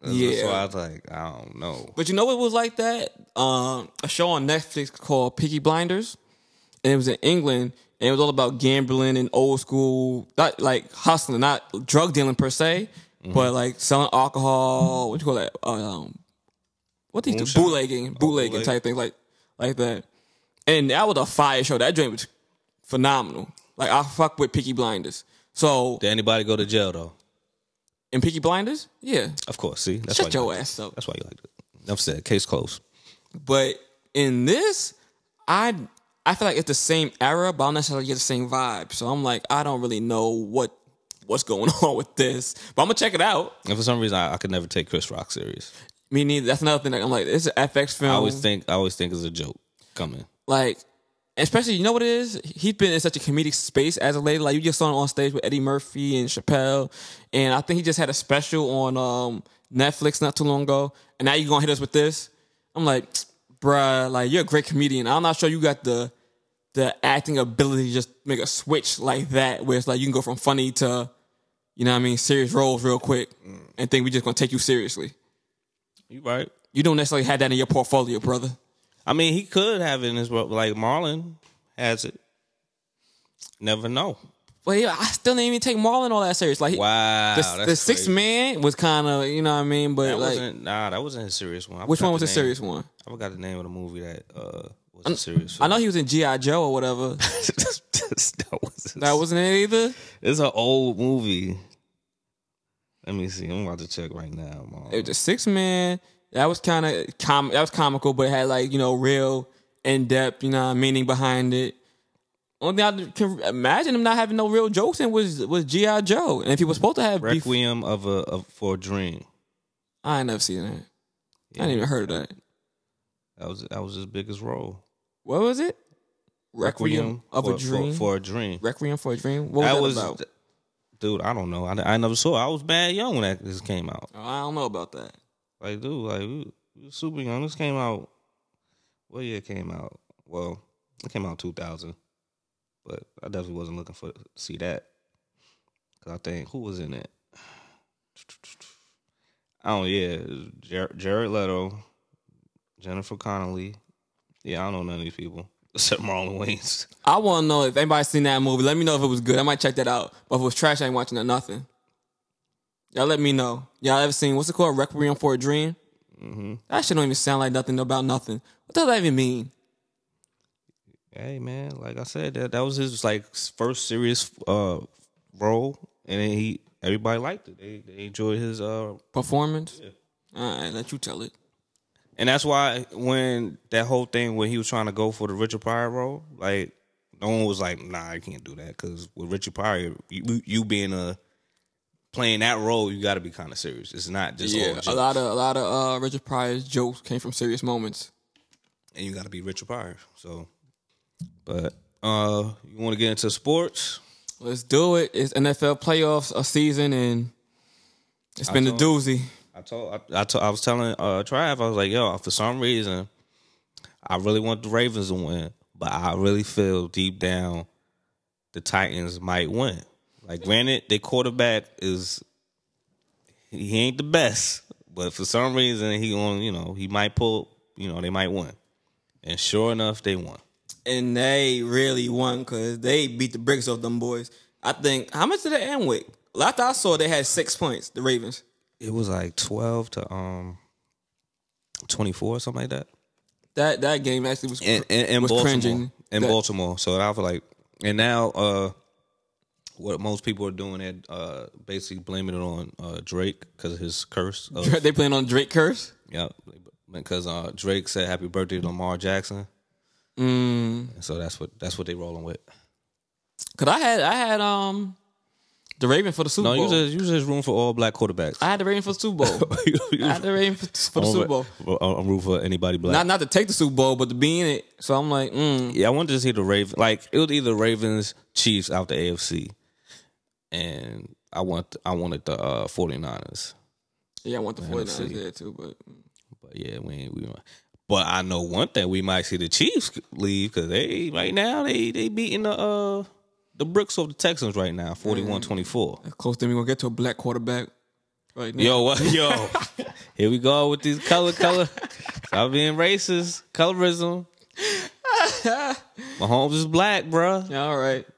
S2: And
S1: Yeah.
S2: So I was like, I don't know.
S1: but you know what was like that? Um, a show on Netflix called Peaky Blinders, and it was in England, and it was all about gambling and old school, not like hustling, not drug dealing per se,
S2: Mm-hmm.
S1: but like selling alcohol. What you call that? Um, what these
S2: Moonshine? Oh,
S1: bootlegging, bootlegging
S2: bootleg.
S1: type thing, like like that. And that was a fire show. That joint was phenomenal. Like I fuck with Peaky Blinders. So
S2: Did anybody go to jail though?
S1: in Peaky Blinders, yeah,
S2: Of course. See, that's
S1: shut
S2: why. You
S1: your
S2: like
S1: ass up.
S2: that's why you like it. Enough said. Case closed.
S1: But in this, I I feel like it's the same era, but I don't necessarily get the same vibe. So I'm like, I don't really know what what's going on with this. But I'm gonna check it out.
S2: And for some reason, I, I could never take Chris Rock serious.
S1: Me neither. That's another thing. Like, I'm like, it's an FX film.
S2: I always think I always think it's a joke coming.
S1: like, especially you know what it is. He's been in such a comedic space as of late. Like you just saw him on stage with Eddie Murphy and Chappelle, and I think he just had a special on um, Netflix not too long ago. And now you gonna hit us with this? I'm like, bruh, like you're a great comedian. I'm not sure you got the the acting ability to just make a switch like that, where it's like you can go from funny to, you know what I mean, serious roles real quick, and think we just gonna take you seriously.
S2: You right?
S1: You don't necessarily have that in your portfolio, brother.
S2: I mean, he could have it in his world. Like Marlon has it. Never know.
S1: But yeah, I still didn't even take Marlon all that serious. Like he-
S2: Wow.
S1: the,
S2: that's
S1: the sixth
S2: crazy.
S1: man was kind of you know what I mean, but
S2: That
S1: like
S2: wasn't nah. That wasn't his serious one. I
S1: which
S2: forgot
S1: one was the
S2: name.
S1: serious one?
S2: I forgot the name of the movie that uh was a serious.
S1: I know he was in GI Joe or whatever.
S2: that was
S1: that wasn't it either.
S2: It's an old movie. Let me see. I'm about to check right now. Mom.
S1: It was the sixth man. That was kind of com- that was comical, but it had like you know real in depth you know meaning behind it. Only thing I can imagine him not having no real jokes in was was GI Joe, and if he was supposed to have, beef,
S2: Requiem of a of, for a Dream.
S1: I ain't never seen that. I ain't even heard of that.
S2: That was that was his biggest role.
S1: What was it? Requiem, of
S2: for,
S1: a Dream.
S2: for, for a Dream.
S1: Requiem for a Dream. What was that,
S2: that was,
S1: about?
S2: dude. I don't know. I, I never saw. it. I was bad young when that this came out.
S1: Oh, I don't know about that.
S2: Like, dude, like we, we was super young. This came out. What year it came out? Well, it came out two thousand, but I definitely wasn't looking for to see that. Cause I think who was in it? Oh yeah, Jar- Jared Leto, Jennifer Connelly. Yeah, I don't know none of these people except Marlon Wayans.
S1: I want to know if anybody seen that movie. Let me know if it was good. I might check that out. But if it was trash, I ain't watching that nothing. Y'all let me know. Y'all ever seen what's it called? Requiem for a Dream.
S2: Mm-hmm.
S1: That shit don't even sound like nothing about nothing. What does that even mean?
S2: Hey man, like I said, that that was his like first serious uh role, and then he everybody liked it. They they enjoyed his uh
S1: Performance. All right, let you tell it.
S2: And that's why when that whole thing when he was trying to go for the Richard Pryor role, like no one was like, "Nah, I can't do that." Because with Richard Pryor, you, you being a playing that role, you got to be kind of serious. It's not just all
S1: Yeah,
S2: jokes.
S1: a lot of a lot of uh, Richard Pryor's jokes came from serious moments.
S2: and you got to be Richard Pryor. So, but uh, you want to get into sports?
S1: Let's do it. It's NFL playoffs a season, and it's been a doozy.
S2: I told I, I, told, I was telling uh Trav, I was like, yo, for some reason, I really want the Ravens to win, but I really feel deep down the Titans might win. Like, granted, their quarterback is he ain't the best, but for some reason he on you know he might pull you know they might win, and sure enough they won.
S1: and they really won because they beat the bricks off them boys. I think how much did they end with? Last I saw, they had six points. The Ravens.
S2: It was like twelve to um twenty four something like that.
S1: That that game actually was
S2: in, in, in
S1: was
S2: Baltimore.
S1: cringing.
S2: In
S1: That-
S2: Baltimore. So I was like, and now uh what most people are doing and uh, basically blaming it on uh, Drake because his curse. Of,
S1: they playing on Drake curse.
S2: yeah, because uh, Drake said "Happy Birthday" to Lamar Jackson,
S1: Mm.
S2: and so that's what that's what they rolling with.
S1: Cause I had I had um the Raven for the Super
S2: No,
S1: Bowl.
S2: use his, use his room for all black quarterbacks.
S1: I had the Raven for the Super Bowl.
S2: You- you-
S1: I had the Raven for, for the
S2: I'm-
S1: Super Bowl.
S2: I'm I'm rooting for anybody black.
S1: Not not to take the Super Bowl, but to be in it. So I'm like, mm.
S2: Yeah, I wanted to see the Raven. Like it was either Ravens, Chiefs out the AFC, and I want I wanted the uh, 49ers.
S1: yeah, I want the 49ers
S2: see.
S1: there too, but
S2: But yeah, we ain't, we. might- But I know one thing: we might see the Chiefs leave because they right now they they beating the uh the bricks of the Texans right now 41-24.
S1: that's close to me. We're gonna get to a black quarterback. Right now.
S2: Yo, what, yo, here we go with these color color. Stop being racist, colorism. Mahomes is black, bruh.
S1: Yeah, all right.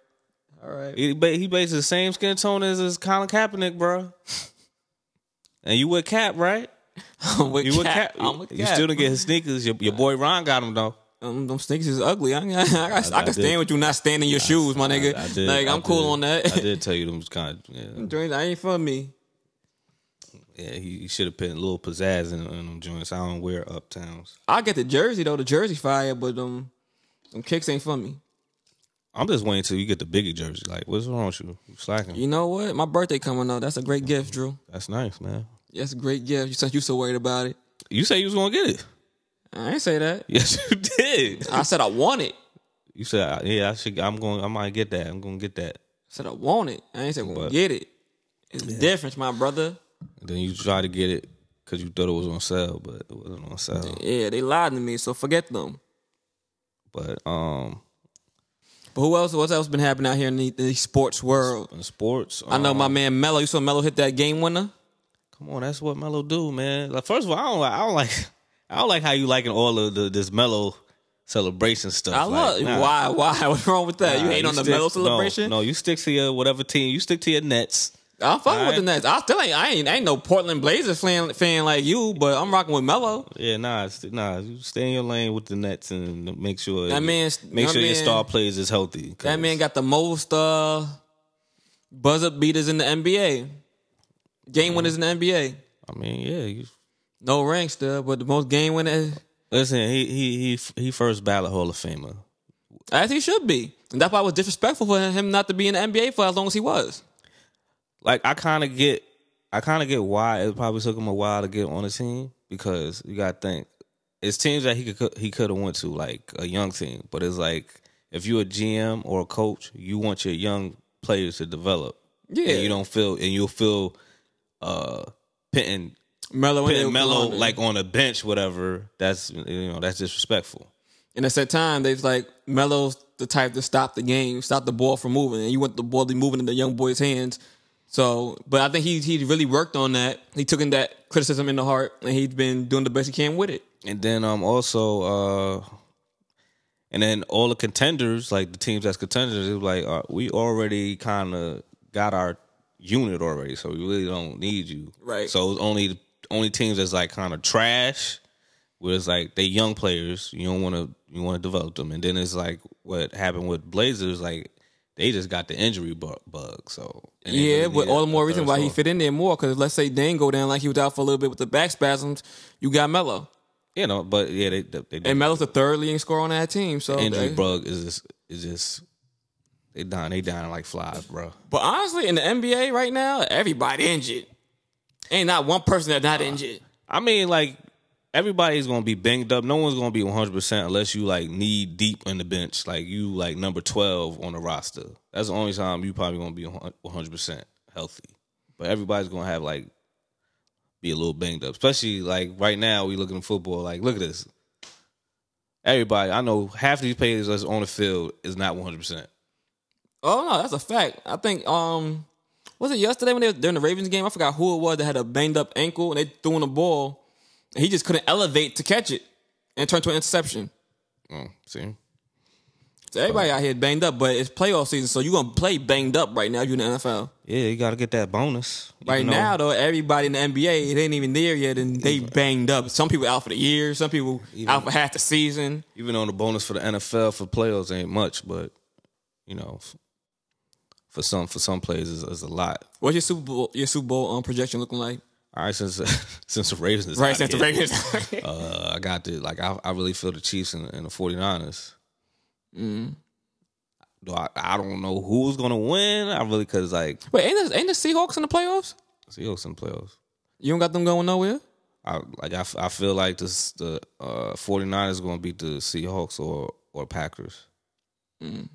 S1: All right.
S2: He ba- he basically the same skin tone as as Colin Kaepernick, bro. and you with Cap, right?
S1: I'm with
S2: You
S1: Cap.
S2: with Cap?
S1: I'm with
S2: you
S1: Cap.
S2: still didn't get his sneakers. Your, your boy Ron got him though.
S1: um, them sneakers is ugly. I, I, I, I,
S2: I
S1: can
S2: did.
S1: stand with you not standing your shoes, my nigga.
S2: I did-
S1: like
S2: I
S1: I'm cool on
S2: did- I
S1: that.
S2: did tell you them was kind of yeah.
S1: Joints, I ain't for me.
S2: yeah he, he should have put a little pizzazz in, in them joints. I don't wear uptowns.
S1: I get the jersey though. The jersey fire, but um, them kicks ain't for me.
S2: I'm just waiting till you get the bigger jersey. Like, what's wrong with you? You slacking?
S1: You know what? My birthday coming up. That's a great gift, Drew.
S2: That's nice, man.
S1: That's a great gift. Since you so worried about it,
S2: You say you was gonna get it.
S1: I ain't say that.
S2: Yes, you did.
S1: I said I want it. I
S2: You said, yeah, I should. I'm going. I might get that. I'm gonna get that.
S1: said I want it. I ain't say well,
S2: But-
S1: get it. It's a difference, my brother.
S2: And then you try to get it because you thought it was on sale, but it wasn't on sale.
S1: Yeah, they lied to me, so forget them.
S2: But um,
S1: But who else? What's else been happening out here in the, the sports world?
S2: in sports,
S1: I know
S2: um,
S1: my man Mello. You saw Mello hit that game winner.
S2: Come on, that's what Mello do, man. Like, first of all, I don't, like- I don't like, I don't like how you liking all of the, this Mello celebration stuff.
S1: I
S2: Like,
S1: love
S2: nah,
S1: why. Why? What's wrong with that?
S2: nah,
S1: you hate on the
S2: stick-
S1: medal celebration?
S2: No, no, you stick to your whatever team. You stick to your Nets.
S1: I'm fucking with
S2: Alright.
S1: the Nets. I still ain't. I ain't, I ain't no Portland Blazers fan, fan like you, but I'm rocking with Melo.
S2: Yeah, nah, st- nah. You stay in your lane with the Nets and make sure
S1: That man-
S2: make
S1: that
S2: sure your
S1: man-
S2: star players is healthy. 'cause
S1: That man got the most uh, buzzer beaters in the NBA. Game winners in the NBA.
S2: I mean, yeah. You,
S1: No rank still, but the most game winner
S2: listen, he he he he first ballot Hall of Famer.
S1: as he should be. And that's why it was disrespectful for him not to be in the NBA for as long as he was.
S2: like I kind of get, I kind of get why it probably took him a while to get on the team because you got to think it's teams that he could he could have went to like a young team, but it's like if you're a GM or a coach, you want your young players to develop.
S1: Yeah.
S2: and you don't feel and you'll feel uh pitting
S1: Melo
S2: pitting
S1: and
S2: Melo like on a bench, whatever. That's you know that's disrespectful.
S1: And at that time, they was like Melo's the type to stop the game, stop the ball from moving, and you want the ball to be moving in the young boy's hands. So, but I think he he really worked on that. He took in that criticism in the heart, and he's been doing the best he can with it.
S2: And then um also uh and then all the contenders, like the teams that's contenders, it was like uh, we already kind of got our unit already, so we really don't need you.
S1: Right.
S2: So it's only the only teams that's like kind of trash, where it's like they young players. You don't want to you want to develop them, and then it's like what happened with Blazers, like they just got the injury bu- bug. So and they
S1: Yeah,
S2: really
S1: but
S2: need
S1: all the
S2: a
S1: more reason
S2: third
S1: why he
S2: star.
S1: fit in there more. Because let's say Dane go down like he was out for a little bit with the back spasms, you got Melo,
S2: You know, but yeah, they they, they
S1: and Melo's the third leading scorer on that team. So
S2: injury
S1: they-
S2: bug is just is just they dying they dying like flies, bro.
S1: but honestly, in the NBA right now, everybody injured. Ain't not one person that's not injured.
S2: I mean, like everybody's gonna be banged up. No one's gonna be one hundred percent unless you like knee deep in the bench, like you like number twelve on the roster. That's the only time you probably gonna be one hundred percent healthy. But everybody's gonna have like be a little banged up, especially like right now we looking at football. Like, look at this. Everybody, I know half these players that's on the field is not one hundred percent.
S1: Oh no, that's a fact. I think um was it yesterday when they were during the Ravens game? I forgot who it was that had a banged up ankle and they threw in the ball and he just couldn't elevate to catch it and it turned to an interception.
S2: Mm, See,
S1: So everybody out here banged up, but it's playoff season, so you're gonna play banged up right now if you're in the NFL.
S2: yeah, you gotta get that bonus
S1: Right
S2: even though-
S1: now though, everybody in the NBA, it ain't even there yet and they banged up. Some people out for the year, some people out for half the season.
S2: even though the bonus for the NFL for playoffs ain't much, but you know, f- for some for some players is, is a lot.
S1: What's your Super Bowl your Super Bowl um, projection looking like?
S2: All right, since since the Ravens is
S1: Right,
S2: out
S1: since the
S2: here,
S1: Ravens.
S2: uh, I got the like I, I really feel the Chiefs and, and the 49ers.
S1: Mm-hmm.
S2: Do I, I don't know who's gonna win. I really cause like
S1: Wait, ain't the, ain't the Seahawks in the playoffs?
S2: Seahawks in playoffs.
S1: You don't got them going nowhere.
S2: I like I, f- I feel like this the uh 49ers going to beat the Seahawks or or Packers.
S1: Mm.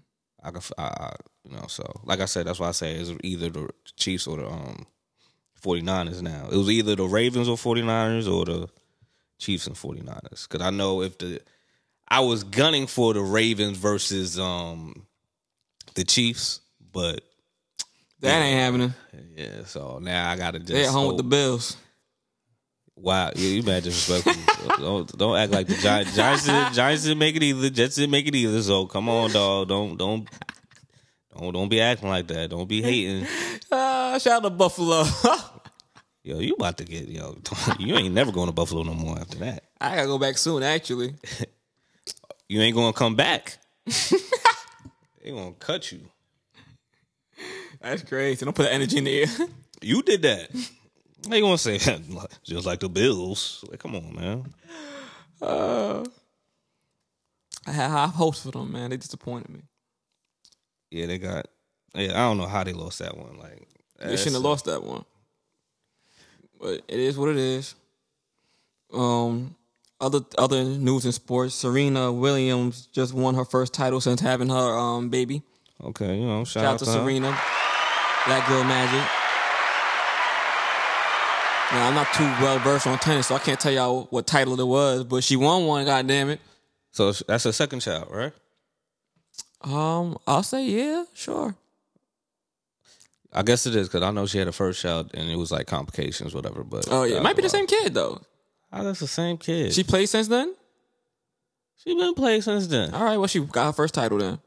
S2: I can f- I, I- you know so like I said that's why I say it's either the Chiefs or the um 49ers now. It was either the Ravens or 49ers or the Chiefs and 49ers cuz I know if the I was gunning for the Ravens versus um the Chiefs, but
S1: That ain't happening.
S2: yeah, so now I got to just
S1: They at home
S2: hope-
S1: with the Bills.
S2: Wow, yeah, you mad disrespectful. don't don't act like the Giants. Giants didn't, Giants didn't make it either. Jets didn't make it either. So come on, dog. Don't don't don't don't be acting like that. Don't be hating.
S1: Ah, shout out to Buffalo.
S2: Yo, you about to get yo. You ain't never going to Buffalo no more after that.
S1: I gotta go back soon. Actually,
S2: You ain't going to come back. they gonna cut you.
S1: that's crazy. Don't put that energy in the air.
S2: You did that. They gonna say just like the Bills. Like, come on, man.
S1: I had high hopes for them, man. They disappointed me.
S2: Yeah, they got. Yeah, I don't know how they lost that one. Like
S1: They shouldn't have lost that one. But it is what it is. Um, other other news in sports: Serena Williams just won her first title since having her um baby.
S2: Okay, you know, shout,
S1: Shout out to
S2: her.
S1: Serena, Black Girl Magic. Now I'm not too well versed on tennis, so I can't tell y'all what title it was, but she won one. God damn it.
S2: So that's her second child, right?
S1: Um, I'll say yeah, sure.
S2: I guess it is because I know she had a first child and it was like complications, whatever. But
S1: Oh yeah, it might be the same kid though.
S2: Oh, that's the same kid.
S1: She
S2: She
S1: played since then.
S2: she been playing since then.
S1: All right, well she got her first title then.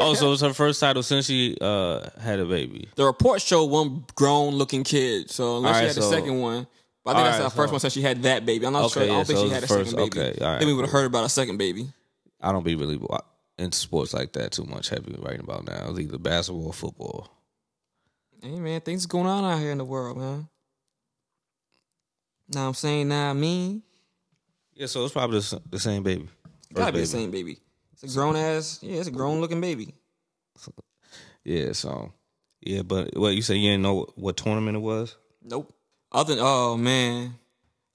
S2: oh, so it's her first title since she uh had a baby.
S1: The reports show one grown looking kid. So unless she
S2: Alright,
S1: had the
S2: so-
S1: second one. But I think that's
S2: alright,
S1: the first
S2: so-
S1: one since she had that baby. I'm not
S2: Okay,
S1: sure. I don't
S2: yeah,
S1: think
S2: so
S1: she
S2: it
S1: had a
S2: was the
S1: second
S2: first-
S1: baby.
S2: okay, alright,
S1: then we would have heard about a second baby.
S2: I don't be really wa- into sports like that too much. Heavy right about now. It's either basketball or football.
S1: Hey man, things going on out here in the world, man. Now I'm saying, now I mean,
S2: Yeah, so it's probably the, s- the same baby. First
S1: gotta be
S2: baby.
S1: the same baby. It's a grown ass, yeah, it's a grown looking baby.
S2: Yeah, so yeah, but what you say you didn't know what, what tournament it was?
S1: Nope. Other than, oh man,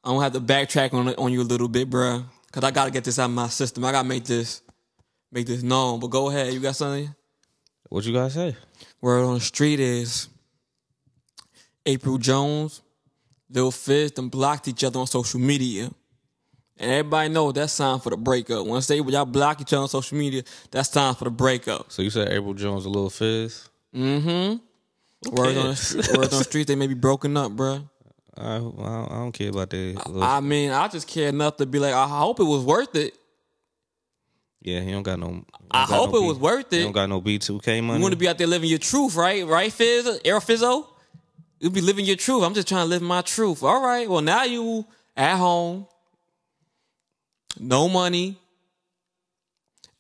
S1: I'm gonna have to backtrack on on you a little bit, bruh. cause I gotta get this out of my system. I gotta make this make this known. But go ahead, you got something.
S2: What you guys say?
S1: Word on the street is April Jones, Lil Fizz, them blocked each other on social media. And everybody knows that's sign for the breakup. Once they y'all block each other on social media, that's time for the breakup.
S2: So you said April Jones a little fizz.
S1: Words on, the, words on the street, they may be broken up, bruh.
S2: I, I don't- I don't care about that. little-
S1: I mean, I just care enough to be like, I hope it was worth it.
S2: Yeah, he don't got no. he don't
S1: I
S2: got
S1: hope
S2: no
S1: it was worth
S2: He
S1: it.
S2: don't got no B two K money.
S1: You want to be out there living your truth, right? Right, Fizz? Air Fizzo? You'll be living your truth. I'm just trying to live my truth. All right. Well, now you at home. No money.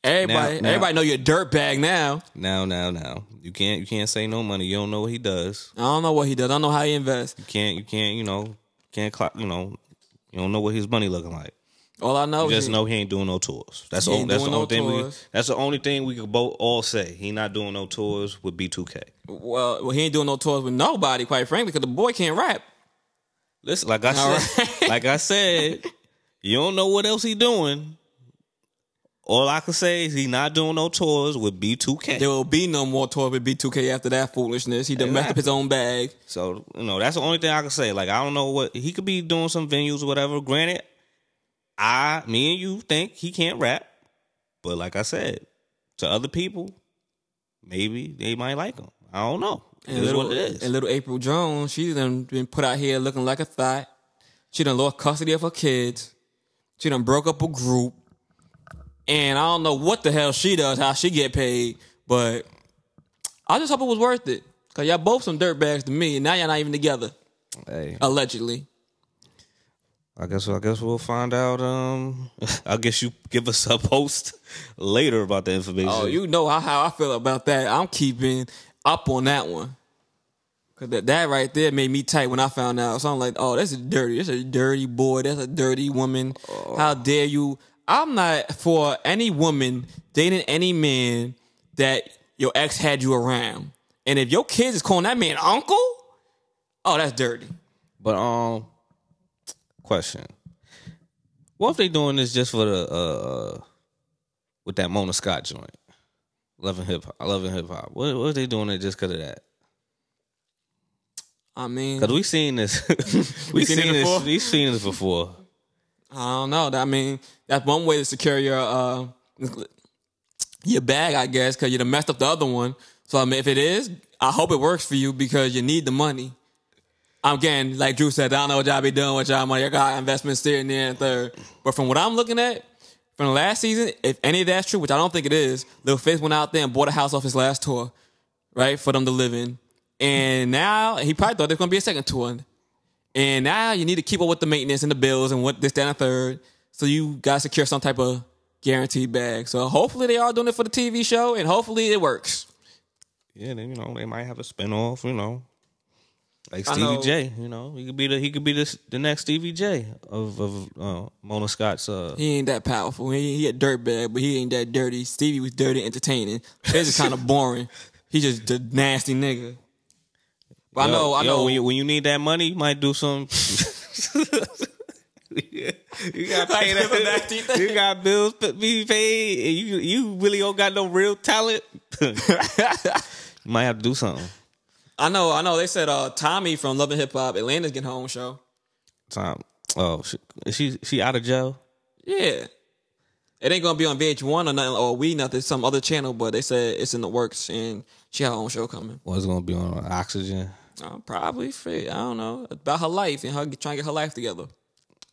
S1: Everybody,
S2: Now- now-
S1: everybody know you're a dirtbag now.
S2: now, now, now. You can't. You can't say no money. You don't know what he does.
S1: I don't know what he does. I don't know how he invests.
S2: You can't. You can't. You know. Can't clock. You know. You don't know what his money looking like.
S1: All I know
S2: You
S1: is
S2: just know he ain't doing no tours. That's
S1: He
S2: all.
S1: ain't
S2: That's the
S1: doing
S2: only
S1: no
S2: thing. We,
S1: tours.
S2: that's the only thing we could both all say. He not doing no tours with B two K.
S1: well, well, he ain't doing no tours with nobody, quite frankly, because the boy can't rap.
S2: Listen, like I
S1: All
S2: said, like I said, you don't know what else he doing. All I can say is he not doing no tours with B two K.
S1: There will be no more tours with B2K after that foolishness. He done messed up his own bag.
S2: So you know that's the only thing I can say. Like I don't know what he could be doing some venues or whatever. Granted, I, me and you think he can't rap, but like I said, to other people, maybe they might like him. I don't know. It
S1: And
S2: is
S1: little,
S2: what it
S1: and
S2: is.
S1: little April Jones, she done been put out here looking like a thot. She done lost custody of her kids. She done broke up a group. And I don't know what the hell she does, how she get paid, but I just hope it was worth it. Cause y'all both some dirtbags to me, and now y'all not even together,
S2: Hey,
S1: allegedly.
S2: I guess I guess we'll find out. Um, I guess you give us a post later about the information.
S1: Oh, you know how, how I feel about that. I'm keeping up on that one. Cause that, that right there made me tight when I found out. So I'm like, oh, that's a dirty, that's a dirty boy, that's a dirty woman. How dare you? I'm not for any woman dating any man that your ex had you around. And if your kids is calling that man uncle, oh, that's dirty.
S2: But um, question: What if they doing this just for the uh, with that Mona Scott joint? Love and hip hop. Love and hip hop. What what if they doing it just because of that?
S1: I mean,
S2: Because we seen this. we
S1: seen
S2: seen,
S1: it before?
S2: this. We seen this before.
S1: I don't know. I mean, that's one way to secure your uh your bag, I guess, because you'd have messed up the other one. So I mean, if it is, I hope it works for you because you need the money. I'm getting like Drew said, I don't know what y'all be doing with y'all money. I got investments there and there and third. But from what I'm looking at, from the last season, if any of that's true, which I don't think it is, Lil Fizz went out there and bought a house off his last tour, right, for them to live in. And now he probably thought there's gonna be a second tour. And now you need to keep up with the maintenance and the bills and what this, that, and the third. So you got to secure some type of guaranteed bag. So hopefully they are doing it for the TV show and hopefully it works.
S2: Yeah, then you know they might have a spinoff. You know, like
S1: I
S2: Stevie
S1: know-
S2: J. You know, he could be the he could be the the next Stevie J of of uh, Mona Scott's. Uh,
S1: He ain't that powerful. He, he a dirt bag, but he ain't that dirty. Stevie was dirty entertaining. This is kind of boring. He just a nasty nigga. But I
S2: Yo,
S1: know, I
S2: yo,
S1: know.
S2: When you, when you need that money, you might do some. you got
S1: Like, the nasty thing.
S2: You got bills to be paid. And you you really don't got no real talent. you might have to do something.
S1: I know, I know. They said uh, Tommy from Love and Hip Hop, Atlanta's getting her own show.
S2: Time. Oh, she, she she out of jail.
S1: Yeah. It ain't gonna be on VH1 or nothing, or we nothing, some other channel, but they said it's in the works and she had her own show coming.
S2: Well, it's gonna be on oxygen.
S1: Uh, probably fit. I don't know about her life and her get- trying to get her life together.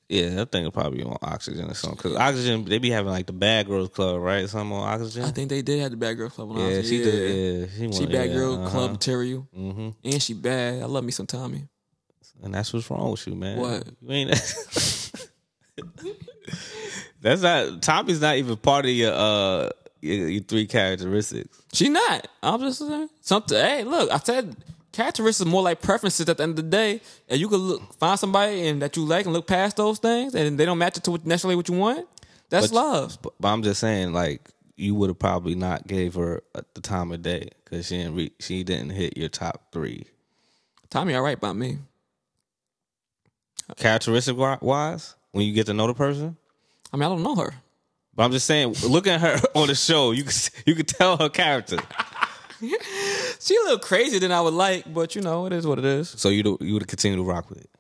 S2: Yeah, that thing will probably be on oxygen or something. Cause oxygen, they be having like the Bad Girls Club, right? Something on oxygen.
S1: I think they did have the bad girl club. When I
S2: yeah,
S1: was,
S2: she did. Yeah, she,
S1: She
S2: wanted-
S1: bad
S2: yeah,
S1: girl
S2: uh-huh. Mm-hmm.
S1: club material, and she bad. I love me some Tommy.
S2: And that's what's wrong with you, man.
S1: What?
S2: You ain't. that's not. Tommy's not even part of your uh your, your three characteristics.
S1: She not. I'm just saying something. Hey, look, I said characteristics are more like preferences at the end of the day, and you could look find somebody and that you like and look past those things, and they don't match it to what, necessarily what you want. That's
S2: But-
S1: love.
S2: But, but I'm just saying, like, you would have probably not gave her uh, the time of day because she didn't. Re- she didn't hit your top three
S1: Tommy, all right by me.
S2: characteristic wi- wise. When you get to know the person,
S1: I mean, I don't know her.
S2: But I'm just saying, look at her on the show. You can you can tell her character.
S1: She a little crazier than I would like, but you know, it is what it is.
S2: So you do, you would continue to rock with it.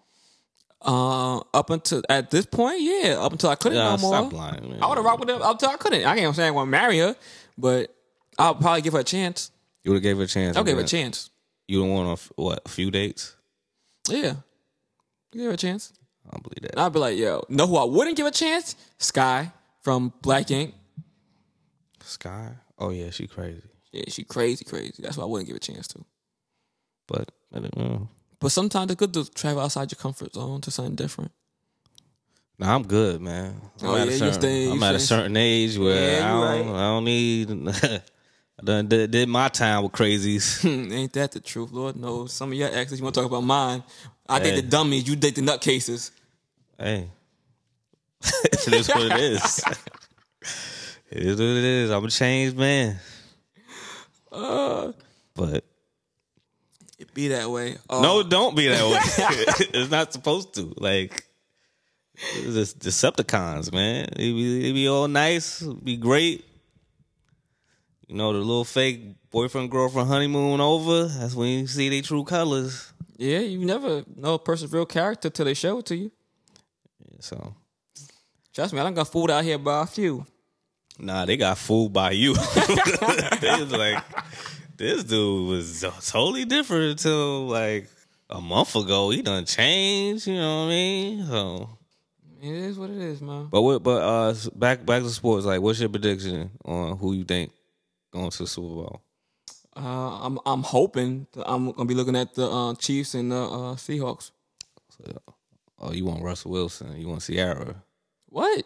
S1: Uh, up until at this point, yeah. Up until I couldn't
S2: Nah,
S1: no more.
S2: stop lying, man.
S1: I would have rocked with her up until I couldn't. I can't say I want to marry her, but I'll probably give her a chance.
S2: You would have gave her a chance.
S1: I'll give her a
S2: man.
S1: chance.
S2: You don't want a f- what a few dates?
S1: Yeah, give her a chance.
S2: I don't believe that.
S1: And I'd be like, yo, know who I wouldn't give a chance? Sky from Black Ink.
S2: Sky. Oh yeah, she crazy.
S1: Yeah, she crazy, crazy. That's why I wouldn't give a chance to.
S2: But mm. I don't know.
S1: But sometimes it's good to travel outside your comfort zone to something different.
S2: Nah, I'm good, man. I'm
S1: Oh,
S2: at
S1: yeah,
S2: a
S1: you
S2: certain,
S1: stay- you
S2: I'm at a
S1: stay-
S2: certain age where
S1: Yeah, you
S2: I, don't, I don't need. I done did, did my time with crazies.
S1: Ain't that the truth? Lord knows. Some of your exes, you want to talk about mine. I date
S2: Hey.
S1: the dummies. You date the nutcases.
S2: hey, it is what it is. it is what it is. I'm a changed man. but
S1: Uh, It be that way. Uh,
S2: no, don't be that way. it's not supposed to. Like, it's Decepticons, man. They be, they be all nice, be great. You know, the little fake boyfriend girlfriend honeymoon over. That's when you see their true colors.
S1: Yeah, you never know a person's real character till they show it to you.
S2: So,
S1: Trust me, I done got fooled out here by a few.
S2: nah, they got fooled by you. they was like, this dude was totally different until like a month ago. He done changed. You know what I mean? So.
S1: It is what it is, man.
S2: But what? But uh, s- back back to sports. Like, what's your prediction on who you think going to the Super Bowl?
S1: Uh, I'm I'm hoping that I'm gonna be looking at the uh, Chiefs and the uh, Seahawks.
S2: So, Oh, you want Russell Wilson? You want Sierra?
S1: What?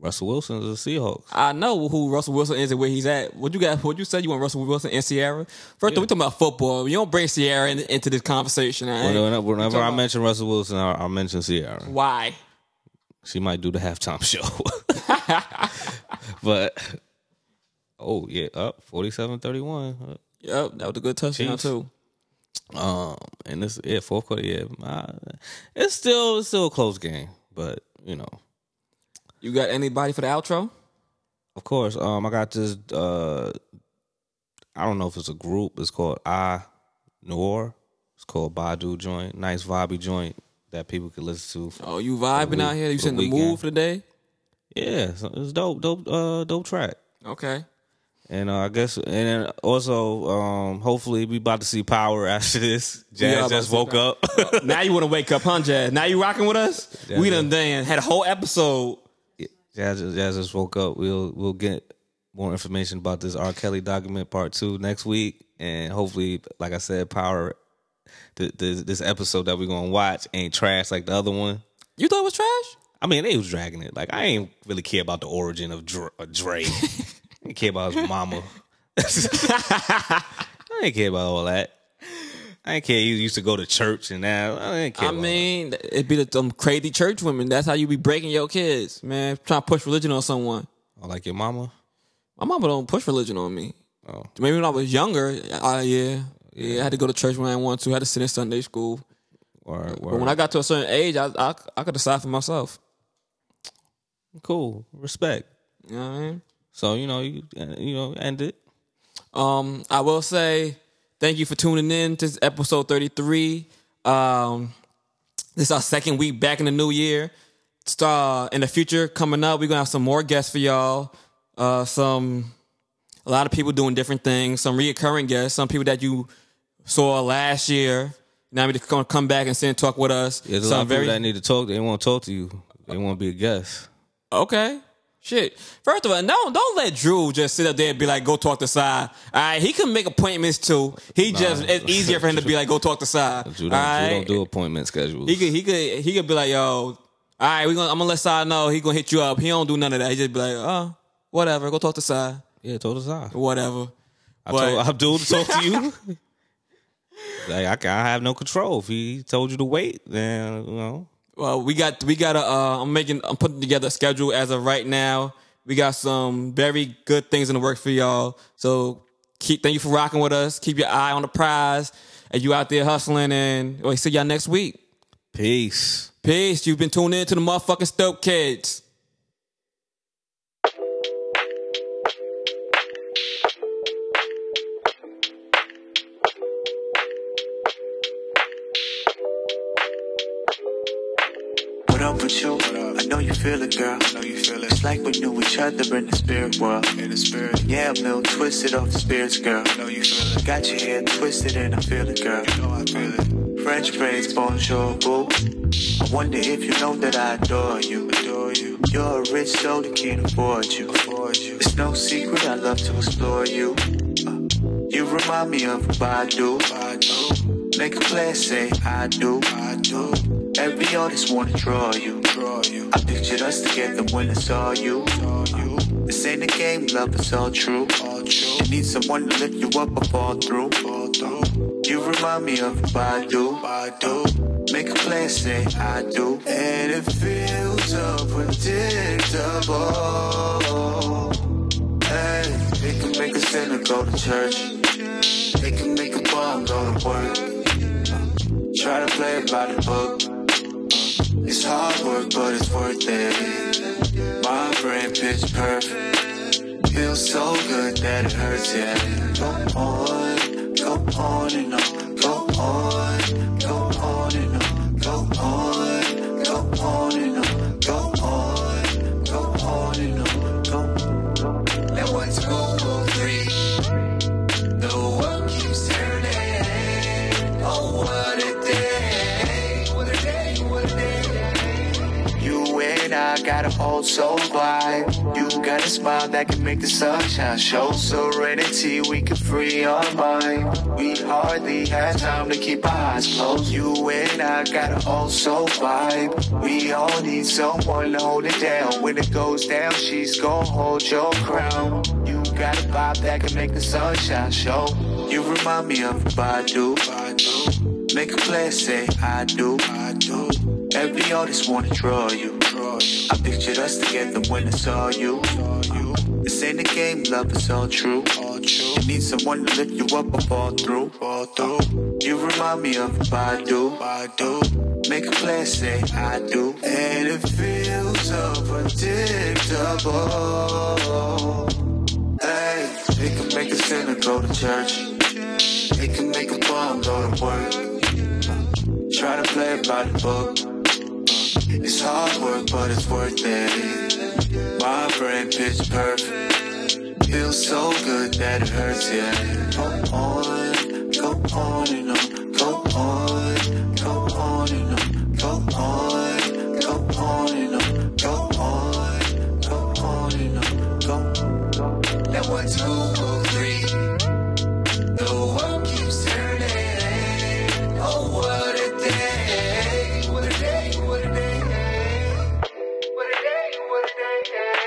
S2: Russell Wilson is the Seahawks.
S1: I know who Russell Wilson is and where he's at. What you got? What you said? You want Russell Wilson and Sierra? First of all, we talking about football. You don't bring Sierra in, into this conversation. all right?
S2: Whenever, whenever I
S1: about-
S2: mention Russell Wilson, I, I mention Sierra.
S1: Why?
S2: She might do the halftime show. but oh yeah, up 47-31.
S1: Yep, that was a good touchdown
S2: Chiefs.
S1: too.
S2: Um, and this yeah, fourth quarter, yeah. I- it's still it's still a close game, but you know.
S1: You got anybody for the outro?
S2: Of course. Um I got this uh I don't know if it's a group, it's called I Noir. It's called Badu joint, nice vibey joint that people can listen to.
S1: Oh, you vibing out here? You
S2: for the
S1: sitting in the
S2: weekend.
S1: mood for the day?
S2: Yeah, so it's dope, dope, uh dope track.
S1: Okay.
S2: And uh, I guess, and then also, um, hopefully, we about to see power after this.
S1: are
S2: Jazz
S1: about
S2: just
S1: to see
S2: woke
S1: Power.
S2: up.
S1: now you want to wake up, huh, Jazz? Now you rocking with us? we done done had a whole episode.
S2: Jazz, Jazz just woke up. We'll we'll get more information about this R. Kelly document part two next week, and hopefully, like I said, power. th- th- This episode that we're gonna watch ain't trash like the other one.
S1: You thought it was trash?
S2: I mean, they was dragging it. Like I ain't really care about the origin of Dr- uh, Dre. I didn't care about his mama. I didn't care about all that. I didn't care. He used to go to church and now I didn't care.
S1: I
S2: about
S1: mean, it'd be the, them crazy church women. That's how you be breaking your kids, man. Trying to push religion on someone.
S2: that. Oh, like your mama.
S1: My mama don't push religion on me.
S2: Oh.
S1: Maybe when I was younger, uh, yeah, yeah, I had to go to church when I wanted to. I had to sit in Sunday school.
S2: Or,
S1: But when I got to a certain age, I I, I could decide for myself.
S2: cool respect.
S1: You know what I mean?
S2: So you know you you know end it.
S1: Um, I will say thank you for tuning in to this episode 33. Um, this is our second week back in the new year. Uh, in the future, coming up, we're gonna have some more guests for y'all. Uh, some a lot of people doing different things, some reoccurring guests, some people that you saw last year. Now we're gonna come back and sit and talk with us.
S2: There's a
S1: Some
S2: lot of people that need to talk. They want to talk to you. They want to be a guest.
S1: Okay. Shit. First of all, no, don't let Drew just sit up there and be like, go talk to Side. All right, he can make appointments too. He just it's easier for him to be like, go talk to Side.
S2: You
S1: all
S2: don't,
S1: right?
S2: you don't do appointment schedules.
S1: He could he could he could be like, yo, all right, we gonna I'm gonna let Side know he gonna hit you up. He don't do none of that. He just be like, oh, whatever, go talk to Side.
S2: yeah, told us I.
S1: Whatever.
S2: I
S1: But-
S2: told Abdul to talk to you. like I, can, I have no control. If he told you to wait, then you know.
S1: Well, we got we got a. Uh, I'm making. I'm putting together a schedule as of right now. We got some very good things in the works for y'all. So keep. Thank you for rocking with us. Keep your eye on the prize, and you out there hustling. And we see y'all next week.
S2: Peace.
S1: Peace. You've been tuned in to the motherfucking Stoke Kids.
S3: What up with you? I know you feel it, girl. I know you feel it. It's like we knew each other in the spirit world. In the spirit. Yeah, I'm little twisted off the spirits, girl. I know you feel it. Got your head twisted and I feel it, girl. You know I feel it. French braids, bonjour, boo. I wonder if you know that I adore you. Adore you. You're a rich soul that can't afford you. Afford you. It's no secret I love to explore you. Uh, you remind me of what I do. I do. Make a plan, say I do. I do. Every artist wanna draw you. Draw you. I pictured us together when I saw you. you. This ain't a game, love. It's all true. All true. You need someone to lift you up or fall through. Fall through. You remind me of what I do. I do. Make a plan, say I do. And it feels unpredictable. Hey, it can make a sinner go to church. It can make a bum go to work. Try to play it by the book. It's hard work, but it's worth it. My brain pitch perfect. Feels so good that it hurts, yeah. Go on, go on and on. Go on, go on and on. Go on, go on and on. Go on, go on and on. Go now what's Google three? The world keeps turning. Oh, what a day! What a day! What a day! You and I got a whole soul vibe. You got a smile that can make the sunshine show serenity. We can free our mind. We hardly have time to keep our eyes closed. You and I got to also vibe. We all need someone to hold it down. When it goes down, she's gonna hold your crown. You got a vibe that can make the sunshine show. You remind me of Badu. Badu. Make a play, say I do. I do. Every artist wanna draw you. I pictured us together when I saw you. This ain't a game, love is all true. You need someone to lift you up or fall through. Fall through. You remind me of Badu. Badu. Make a play, say I do. And it feels so predictable. Hey, it can make a sinner go to church. It can make a bum go to work. Try to play by the book. It's hard work, but it's worth it. My brain pitch perfect. Feels so good that it hurts, yeah. Go on, go on and on. Go on, go on and on. Go on, go on and on. Go on, go on and on. Go. That one, two, or three. The world keeps turning. Oh, what a day. What a day, what a day. What a day, what a day.